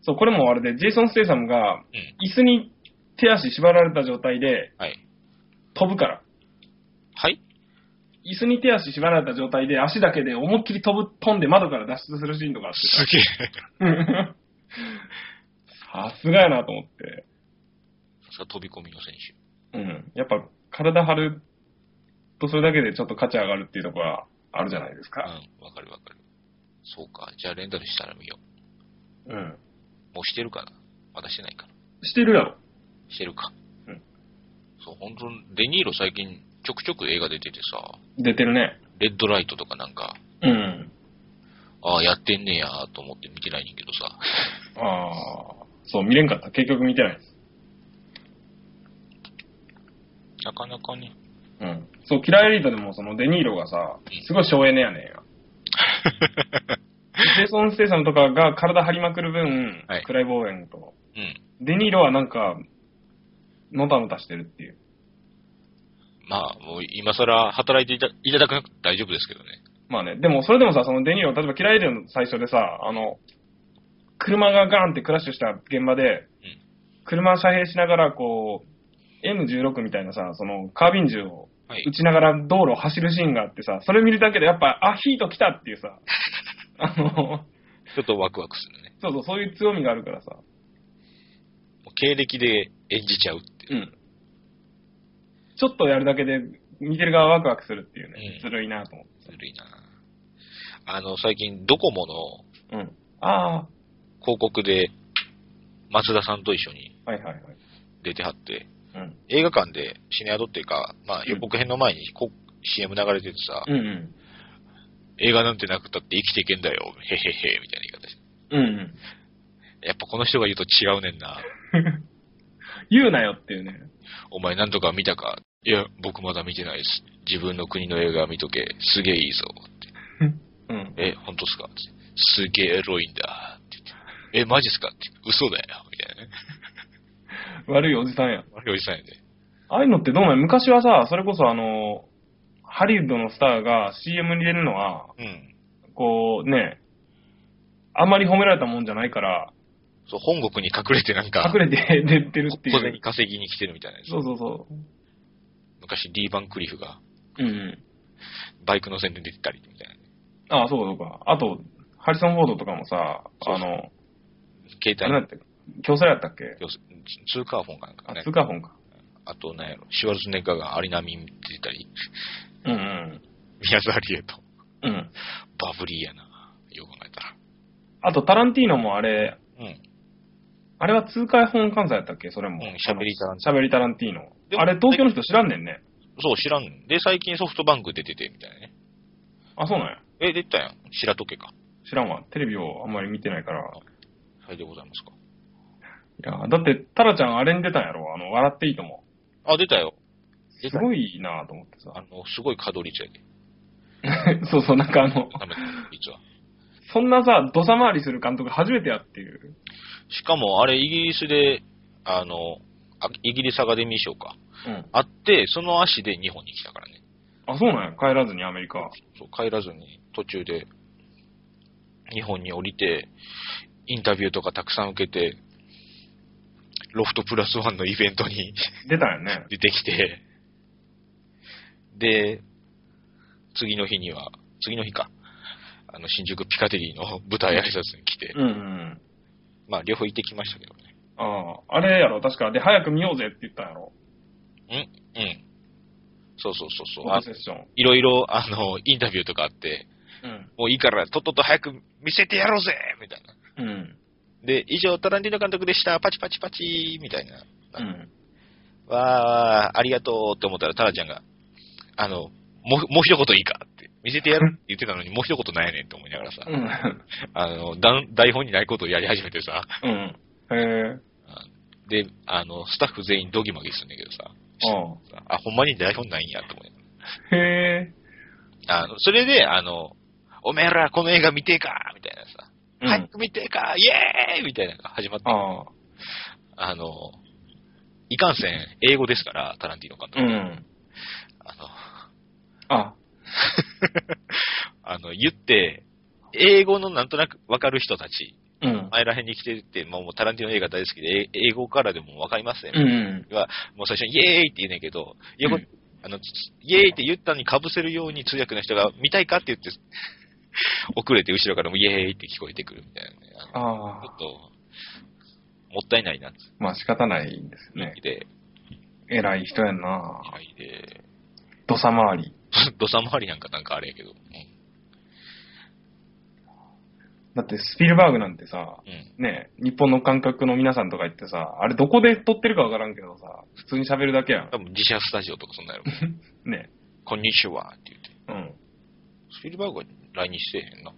B: そう、これもあれで、ジェイソン・ステイサムが
A: うん、
B: 椅子に手足縛られた状態で
A: はい。
B: 飛ぶから。
A: はい
B: 椅子に手足縛られた状態で足だけで思いっきり飛ぶ、飛んで窓から脱出するシーンとかあって
A: すげえ。
B: ささすがやなと思って。
A: さすが飛び込みの選手。
B: うん。やっぱ体張るとそれだけでちょっと価値上がるっていうところはあるじゃないですか。
A: うん、わかるわかる。そうか。じゃあレンタルしたら見よ
B: うん。
A: う。もうしてるかなまだしてないかな
B: してるやろ。
A: してるか。
B: うん。
A: そう、本当にデニーロ最近ちょくちょく映画出ててさ、
B: 出てるね。
A: レッドライトとかなんか、
B: うん。
A: ああ、やってんねやと思って見てないねんけどさ。
B: ああ。そう、見れんかった。結局見てないです。
A: なかなかね。
B: うん。そう、キラーエリートでもそのデニーロがさ、すごい省エネやねんや。 [laughs] ジェイソン・ステイサムとかが体張りまくる分、
A: はい
B: クライボーエンと。
A: うん。
B: デニーロはなんか、のたのたしてるっていう。
A: まあ、もう今更働いていたいただかなくて大丈夫ですけどね。
B: まあね、でもそれでもさ、そのデニーロ、例えばキラーエリートの最初でさ、あの、車がガーンってクラッシュした現場で、
A: うん
B: 車遮蔽しながらこう、M16 みたいなさ、そのカービン銃を
A: はい
B: 打。ちながら道路を走るシーンがあってさ、それ見るだけでやっぱ、あ、ヒート来たっていう [laughs] さ、あの、
A: ちょっとワクワクするね。
B: そうそう、そういう強みがあるからさ、
A: もう経歴で演じちゃうっていう。
B: うん。ちょっとやるだけで、見てる側ワクワクするっていうね
A: う、ん
B: ずるいなと思って。
A: ずるいなあの、最近ドコモの
B: うん。あ
A: 広告で松田さんと一緒に
B: あ、はいはいはい。
A: 出てはって、
B: うん。
A: 映画館でシネアドっていうか、まあ予告編の前にこ CM 流れててさ、
B: うんうん。
A: 映画なんてなくたって生きていけんだよ、へへへ、みたいな言い方して。
B: うんうん。
A: やっぱこの人が言うと違うねんな。
B: 言うなよっていうね。
A: お前なんとか見たかいや、僕まだ見てないです。自分の国の映画見とけ。すげえいいぞ。
B: うん。
A: え、本当っすかってすげえエロいんだ。って言ってえ、マジっすかって。嘘だよ。みたいなね。
B: 悪いおじさんや。
A: あれおじさんやで。
B: ああいうのってどうなんや昔はさ、それこそあの、ハリウッドのスターが CM に出るのは、
A: うん。
B: こうね、あんまり褒められたもんじゃないから、
A: そう、本国に隠れてなんか、
B: 隠れて [laughs] 出てるってい
A: 小
B: う
A: 銭。稼ぎに来てるみたいなやつ。
B: そうそうそ
A: 昔、リーバンクリフが
B: う。うんうん。
A: バイクの宣伝出てたりみたいなね。
B: ああ、そうかそうか。あと、ハリソン・フォードとかもさ、
A: そう
B: あ
A: そう
B: の、
A: 携
B: あれ
A: 帯、
B: だって、競争やったっけ
A: 要すツーカーフォンかなんか
B: あ、
A: ね
B: ツー。カーフォンか。
A: あと、なんやろ、シュワルツェネッガーがアリナミン出てたり、
B: うんうん
A: 宮沢りえと、 [laughs]
B: うん。うん。
A: バブリーやな。よう考えたら。
B: あと、タランティーノもあれ、
A: うん。
B: あれは通貨本関西やったっけそれも。
A: うん喋りタランティ
B: 喋りタランティーノ
A: で。も
B: あれ、東京の人知らんねんね。
A: そう、知らん。で、最近ソフトバンク出てて、みたいなね。
B: あ、そうなんや。
A: え、出てたやん。白時計か。
B: 知らんわ。テレビをあんまり見てないから。
A: それでございますか。
B: いや、だって、タラちゃんあれに出たんやろあの、笑っていいとも。
A: あ、出たよ。出
B: す
A: たよ。
B: ごいなぁと思って
A: あ
B: さ。
A: の、すごい稼働率やで。
B: [laughs] そうそう、なんかあの、
A: ダメだ、率は。
B: そんなさ、土佐回りする監督初めてやっていう。
A: しかも、あれ、イギリスで、あの、あイギリスアカデミー賞か。
B: うん。
A: あって、その足で日本に来たからね。
B: あ、そうなんや。帰らずにアメリカ。
A: そう、帰らずに、途中で、日本に降りて、インタビューとかたくさん受けて、ロフトプラスワンのイベントに [laughs]
B: 出たんやね。
A: 出てきて、で、次の日には、次の日か、あの、新宿ピカデリーの舞台挨拶に来て、
B: うんうん。
A: まあ、両方行ってきましたけどね。
B: ああ、あれやろ、確か。で、早く見ようぜって言ったんやろ。
A: うん。そうそうそうそう
B: フォ
A: あ
B: ト。セッション。
A: いろいろ、あの、インタビューとかあって、
B: うん。
A: もういいから、とっとと早く見せてやろうぜみたいな。
B: うん。
A: で、以上、タランティーノ監督でした。パチパチパチみたいな。
B: うん。
A: わー、ありがとうって思ったら、タラちゃんが、あの、もう、もう一言いいかって。見せてやるって言ってたのに、もう一言なんやねんって思いながらさ、
B: うん。
A: あの、だん台本にないことをやり始めてさ、
B: うん。へえ。
A: で、あの、スタッフ全員ドギマギするんだけどさ、
B: あ
A: あ、ほんまに台本ないんやと思うよ
B: あ。へえ。
A: あの、それで、あの、おめえらこの映画見てえかみたいなさ、
B: うん
A: 早く見てえかイエーイみたいなのが始まって、
B: ああ。
A: あの、いかんせん、英語ですから、タランティーノ監
B: う
A: 督。
B: ん。
A: あの、
B: あ、
A: あの、言って、英語のなんとなくわかる人たち、
B: うん。
A: 前ら辺に来てて、もうもうタランティーノ映画大好きで、え英語からでもわかりますね。
B: うん。
A: は、もう最初にイエーイって言うねんけど、横
B: うん
A: あの、つイエーイって言ったのに被せるように通訳の人が、見たいかって言 [laughs] って、遅れて後ろからもイエーイって聞こえてくるみたいなね。あ
B: あ
A: のちょ
B: あ
A: っ。と、もったいないなって
B: まあ仕方ないんですよね
A: 気。で、
B: 偉い人やんな。
A: はいで、 [laughs]
B: 土佐回り。
A: 土佐回りなんかなんかあれやけど、うん。
B: だってスピルバーグなんてさ、
A: うん。
B: ねえ、日本の感覚の皆さんとか言ってさ、あれどこで撮ってるかわからんけどさ、普通に喋るだけやん。 [laughs]
A: 多分自社スタジオとかそんなんやろ。
B: ね
A: こんにちはって言って。
B: え、うん。
A: スピルバーグは来日してへんな。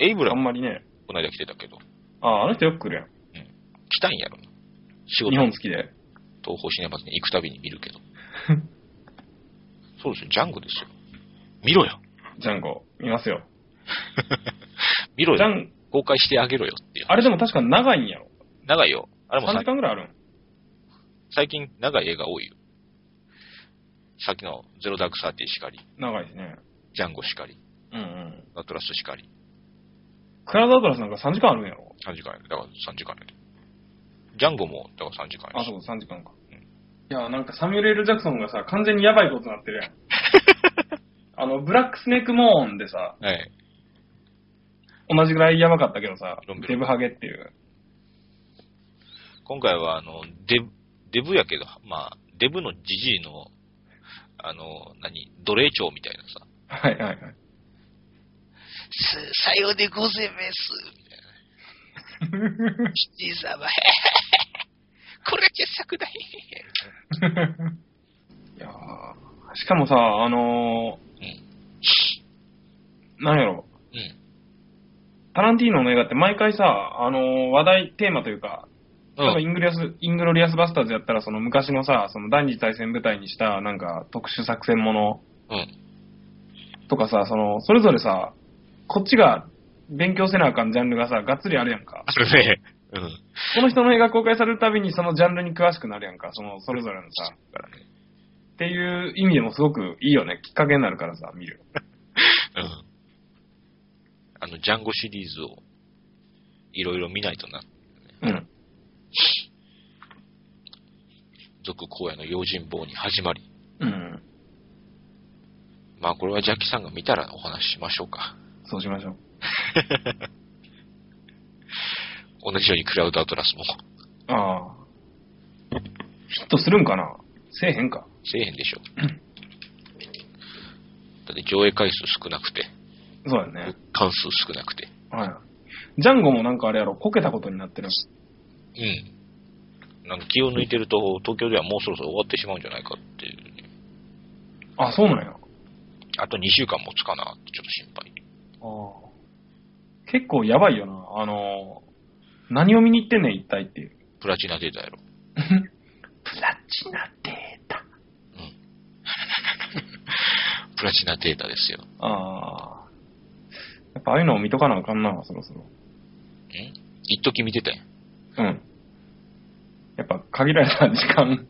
A: エイブラ
B: あん
A: ム
B: まりね、
A: この間来てたけど、
B: ああ、あの人よく来るやん。
A: 来たんやろな。仕
B: 日
A: 事
B: 本好きで。
A: 東方シネマズに行くたびに見る
B: [laughs]
A: けど。そうですよ、ジャンゴですよ。見ろよ。
B: ジャンゴ、見ますよ。
A: 見ろ
B: ジャ
A: よ。
B: ン、
A: 公開してあげろよっていう。
B: あれでも確か長いんやろ。
A: 長いよ。あれも
B: 3
A: さ
B: 時間ぐらいあるん。
A: 最近長い映画多いよ。さっきのゼロダークサーティーしかり、
B: 長いしね。
A: ジャンゴしかり、
B: うんうん。
A: アトラスしかり、
B: クラウドアトラスなんか3時間あるんやろ。
A: 3時間やで。だから3時間やで。ジャンゴも、だから3時間や
B: あ、
A: し
B: そう、3時間か
A: うん。
B: いや、なんかサミュエル・エル・ジャクソンがさ、完全にやばいことになって [laughs] るやん。あの、ブラックスネーク・モーンでさ、
A: え
B: 同じぐらいやばかったけどさ
A: ロン、ベル
B: デブハゲっていう。
A: え今回は、あの、デブ、デブやけど、まあ、デブのジジイの、あの、何、奴隷長みたいなさ、
B: はいはい [laughs] はい。
A: さようでごぜます、みたいな。シティ様、 [laughs] これ傑作だ、
B: いやーしかもさ、あのー、なんやろ、
A: うん。
B: タランティーノの映画って毎回さ、あのー話題、テーマというか、
A: う
B: 多分イングリアス、イングロリアスバスターズやったら、その昔のさ、その第二次大戦舞台にした、なんか特殊作戦もの
A: うん。
B: とかさ、その、それぞれさ、こっちが勉強せなあかんジャンルがさ、がっつりあるやんか。
A: あるね。うん。
B: この人の映画公開されるたびに、そのジャンルに詳しくなるやんか、その、それぞれのさ。
A: からね。
B: っていう意味でもすごくいいよね。きっかけになるからさ、見る。
A: うん。あの、ジャンゴシリーズを、いろいろ見ないとな。
B: うん。
A: 続公演の用心棒に始まり。
B: うん。
A: まあ、これはジャッキさんが見たらお話ししましょうか。
B: そうしましょう。
A: 同じようにクラウドアトラスも。
B: ああ。ヒットするんかなせえへんか。
A: せえへんでしょ。だって上映回数少なくて、
B: そうやね。
A: 関数少なくて。
B: はい。ジャンゴもなんかあれやろ、こけたことになってる。
A: うん。なんか気を抜いてると、東京ではもうそろそろ終わってしまうんじゃないかっていう、ね。
B: あ、そうなんや。あ
A: あと2週間持つかなってちょっと心配。
B: あ。結構やばいよな。あのー、何を見に行ってんねん、一体っていう。
A: プラチナデータやろ。
B: プラチナデータ。
A: プラチナデータですよ。
B: ああ。やっぱああいうのを見とかなあかんな、そろそろ。
A: 一時見てたやん。
B: うん。やっぱ限られた時 [laughs] 間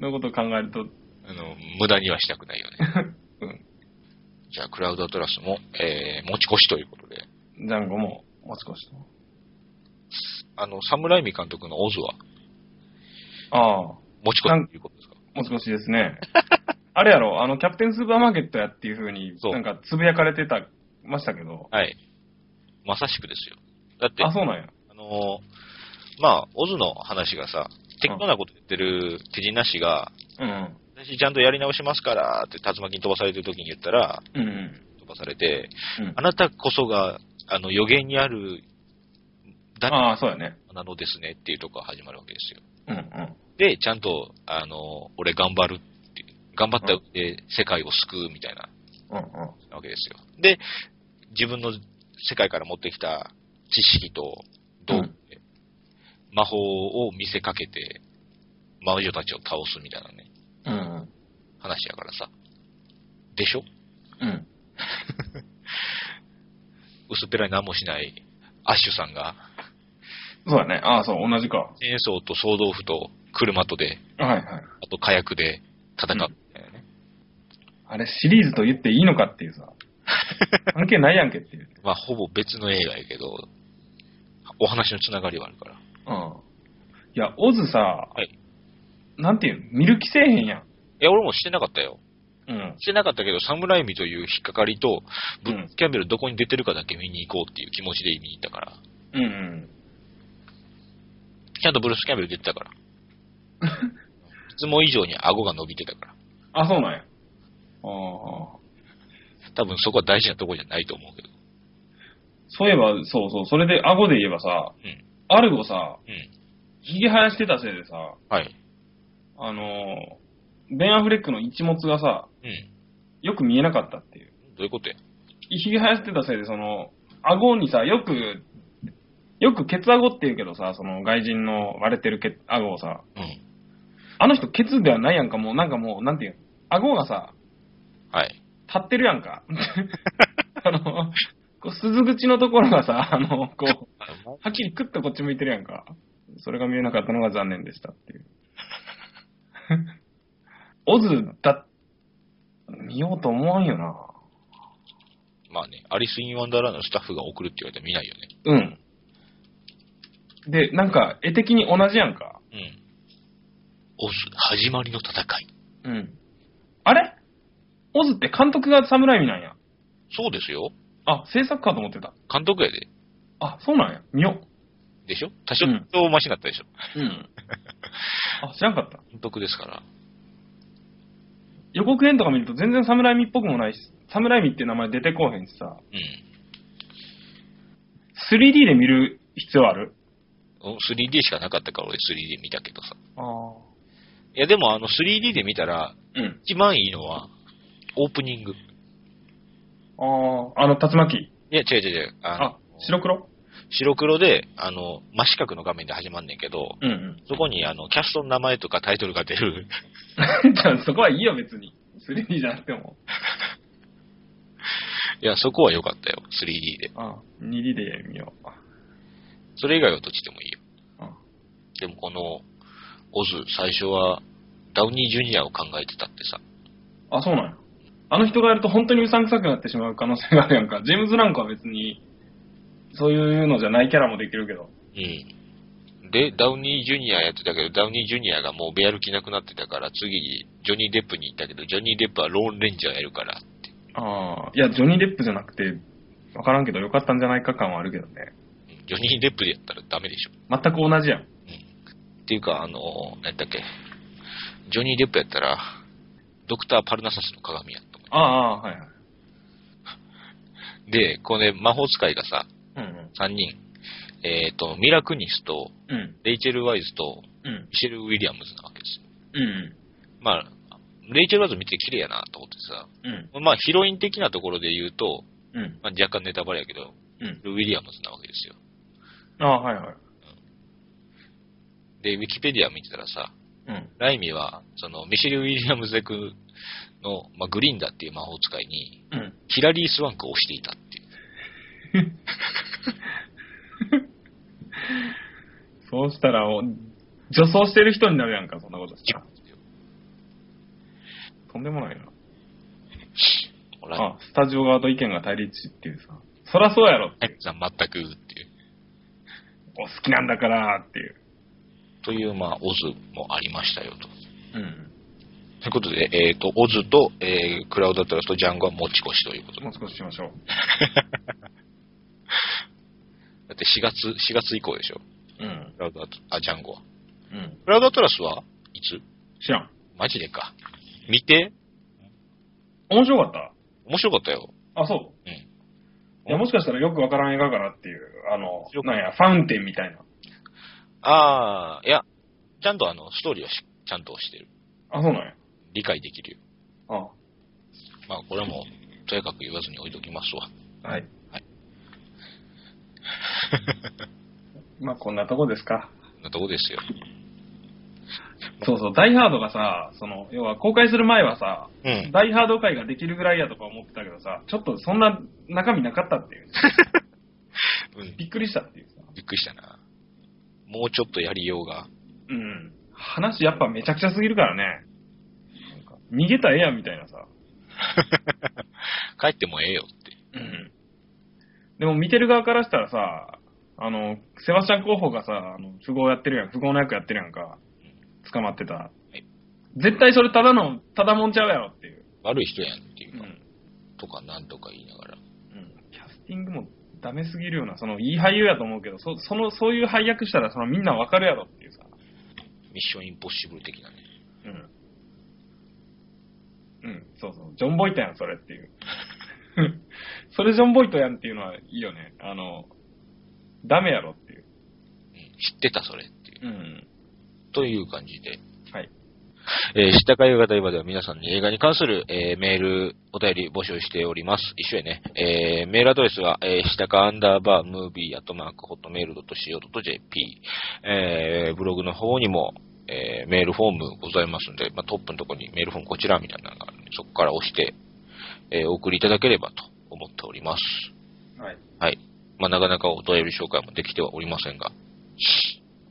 B: のことを考えると、
A: あの、無駄にはしたくないよ [laughs] ね。
B: うん。
A: じゃあ、クラウドアトラスも、えー、持ち越しということで。
B: ジャンゴももう少しと。
A: あの、サムライミ監督のオズは、
B: ああ。
A: 持ち越しということですか
B: もう少しですね。あれやろ、あの、キャプテンスーパーマーケットやっていう風に、
A: そう
B: なんか、つぶやかれてた、ましたけど。
A: はい。まさしくですよ。だって、
B: あ、
A: あ
B: そうなんや。
A: のーまあ、オズの話がさ、適当なこと言ってる手品師が、
B: うん。
A: 私ちゃんとやり直しますからって竜巻に飛ばされてる時に言ったら、
B: うん。うん
A: 飛ばされて、
B: うん
A: あなたこそが、あの、予言にある、誰
B: ああ、そうだね。
A: なのですねっていうとこが始まるわけですよ。
B: うんうん。
A: で、ちゃんと、あの、俺頑張るって、頑張った上で世界を救うみたいな
B: うんうん。
A: わけですよ。で、自分の世界から持ってきた知識と道具で、魔法を見せかけて、魔女たちを倒すみたいなね、
B: うん
A: 話やからさ。でしょ
B: うん。うん。
A: 薄っぺらい何もしないアッシュさんが、
B: そうだね。ああ、そう、同じか。は
A: 戦争と総豆腐と車とで、
B: いはい。
A: あと火薬で戦うみたいなね。
B: あれ、シリーズと言っていいのかっていう [laughs] さ。関係ないやんけっていう。
A: まあ、ほぼ別の映画やけど、お話のつながりはあるから。
B: うん。いや、オズさ、
A: はい
B: なんていうの見る気せえへんやん。
A: いや、俺もしてなかったよ。
B: うん。
A: してなかったけど、サムライミという引っかかりと、ブ
B: うん
A: ッキャンベルどこに出てるかだけ見に行こうっていう気持ちで見に行ったから。
B: うんうん。
A: ちゃんとブルース・キャンベル出てた
B: [laughs]
A: から。いつも以上に顎が伸びてたから。
B: あ、そうなんや。ああ。
A: 多分そこは大事なとこじゃないと思うけど。
B: そういえば、そうそう、それで顎で言えばさ、
A: うん
B: アルゴさ、
A: うん。
B: ひげ生やしてたせいでさ、
A: はい。
B: あのーベン・アフレックの一物がさ、
A: うん。
B: よく見えなかったっていう。
A: どういうことや
B: ひげ生やしてたせいで、その、顎にさ、よく、よくケツ顎って言うけどさ、その外人の割れてるケツ顎をさ、
A: うん。
B: あの人ケツではないやんか、もうなんかもう、なんていうの顎がさ、
A: はい。
B: 立ってるやんか。あの、こう鈴口のところがさ、あの、こう、はっきりクッとこっち向いてるやんか。それが見えなかったのが残念でしたっていう。オズだ、見ようと思わんよな。
A: まあね、アリス・イン・ワンダーランドのスタッフが送るって言われて見ないよね。
B: うん。で、なんか、絵的に同じやんか。
A: うん。オズ、始まりの戦い。
B: うん。あれオズって監督が侍味なんや。
A: そうですよ。
B: あ、制作かと思ってた。
A: 監督やで。
B: あ、そうなんや。見よ
A: でしょ多少
B: うん、
A: とマシになったでしょ。
B: う。うん。 [laughs] あ、知らんかった。
A: 監督ですから。
B: 予告編とか見ると全然侍味っぽくもないし、侍味って名前出てこうへんしさ、
A: うん。
B: 3D で見る必要ある
A: お 3D しかなかったから俺 3D 見たけどさ。
B: ああ。
A: いやでもあの 3D で見たら、
B: うん。
A: 一番いいのは、オープニング。い
B: ああ、あの、竜巻。
A: や、違う違う違う。あの
B: あ、白黒
A: 白黒で、あの、真四角の画面で始まんねんけど、
B: うんうん。
A: そこに、あの、キャストの名前とかタイトルが出る。
B: [laughs]
A: [laughs]
B: じゃあそこはいいよ、別に。3D じゃなくても。
A: いや、そこは良かったよ。3D で。
B: ああ、2D で見よう。
A: それ以外はどっちでもいいよ。
B: あ
A: でもこの、オズ、最初は、ダウニー・ジュニアを考えてたってさ。
B: あ、そうなんや。あの人がやると本当にうさんくさくなってしまう可能性があるやんか。ジェームズ・ランクは別に、そういうのじゃないキャラもできるけど。
A: うん。で、ダウニー・ジュニアやってたけど、ダウニー・ジュニアがもう出歩きなくなってたから、次、ジョニー・デップに行ったけど、ジョニー・デップはローン・レンジャーやるから。
B: ああ、いや、ジョニー・デップじゃなくて、わからんけどよかったんじゃないか感はあるけどね。
A: うんジョニー・デップでやったらダメでしょ。
B: 全く同じやん。
A: っていうか、あの、何だっけ、ジョニー・デップやったら、ドクター・パルナサスの鏡やと思
B: ああ、ああはいはい。
A: う。で、これ、魔法使いがさ、
B: うん
A: 3人、えっ、と、ミラ・クニスと、
B: うん。うん。
A: レイチェル・ワイズと、
B: うん。
A: ミシェル・ウィリアムズなわけですよ。
B: うん。
A: まあ、レイチェル・ワイズ見て綺麗やなと思ってさ、
B: うん。
A: まあ、ヒロイン的なところで言うと、
B: うん。
A: まあ、若干ネタバレやけど、
B: うん。
A: ウィリアムズなわけですよ。
B: ああ、はいはい。
A: で、ウィキペディア見てたらさ、
B: うん。
A: ライミは、その、ミシェル・ウィリアムズ役の、まあ、グリーンダっていう魔法使いに、
B: うん。
A: ヒラリー・スワンクを推していたっていう。
B: そうしたら、お女装してる人になるやんか、そんなことしたら。とんでもないな。
A: ほら、
B: あ、スタジオ側と意見が対立っていうさ。そらそうやろ。
A: エッさん全くっていう。
B: お好きなんだからっていう。
A: という、まあ、オズもありましたよと。
B: うん。
A: ということで、えっ、と、オズと、えー、クラウドアトラスとジャンゴは持ち越しということで。
B: もう少ししましょう。
A: だって4月、4月以降でしょ。
B: うん。
A: クラウドアトあ、ジャンゴは。
B: うん。
A: クラウドアトラスはいつ
B: 知らん。
A: マジでか。見て。
B: 面白かった
A: 面白かったよ。
B: あ、そう。
A: うん
B: いや、もしかしたらよくわからん映画かなっていう、あの
A: よ、く
B: なんや、ファウンテンみたいな。
A: ああ、いや、ちゃんとあの、ストーリーはしちゃんとしてる。
B: あ、そうなんや。
A: 理解できるよ。
B: あ
A: まあ、これも、とやかく言わずに置いときますわ。
B: はい。 [laughs] まあ、こんなとこですか。
A: なとこですよ。
B: そうそう、ダイハードがさ、その、要は公開する前はさ、
A: うん。
B: ダイハード会ができるぐらいやとか思ってたけどさ、ちょっとそんな中身なかったっていう。
A: うん、
B: びっくりしたっていうさ。
A: びっくりしたな。もうちょっとやりようが。
B: うん。話やっぱめちゃくちゃすぎるからね。なんか逃げたらええやんみたいなさ。
A: 帰ってもええよって。
B: うん。でも見てる側からしたらさ、あの、セバスチャン候補がさ、あの、富豪やってるやん、富豪の役やってるやんか。捕まってた。
A: い
B: 絶対それただの、ただもんちゃうやろっていう。
A: 悪い人やんっていううか、
B: ん。
A: とかなんとか言いながら。
B: キャスティングもダメすぎるような、その、いい俳優やと思うけど、そその、そういう配役したら、その、みんなわかるやろっていうさ。
A: ミッションインポッシブル的なね。
B: うん。うん、そうそう。ジョン・ボイトやん、それっていう。 [laughs] それジョン・ボイトやんっていうのはいいよね。あの、ダメやろっていう。
A: うん、知ってたそれっていう。
B: うん。
A: という感じで。
B: はい。
A: えー、知ったか映画大場では皆さんに映画に関する、えーメール、お便り募集しております。一緒やね。えーメールアドレスは、えー、したかアンダーバームービーアットマークホットメールドット CO.jp。えーブログの方にも、えーメールフォームございますんで、まあ、トップのとこにメールフォームこちらみたいなのがあるんで、そこから押して、えーお送りいただければと思っております。
B: はい。
A: はい。まあ、なかなかお便り紹介もできてはおりませんが、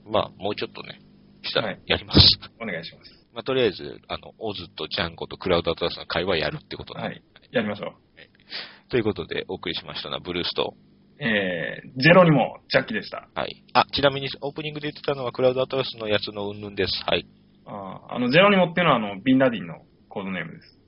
A: まあ、もうちょっとね、した
B: は
A: ら
B: い
A: やります。
B: お願いします。
A: まあ、とりあえず、あの、オズとジャンコとクラウドアトラスの会話やるってことね。
B: はい。やりましょう。
A: ということで、お送りしましたのは、ブルースと、
B: えー、ジェロにもジャッキでした。
A: はい。あ、ちなみに、オープニングで言ってたのは、クラウドアトラスのやつのうんぬんです。はい。
B: あーあの、ジェロニモっていうのは、あの、ビンラディンのコードネームです。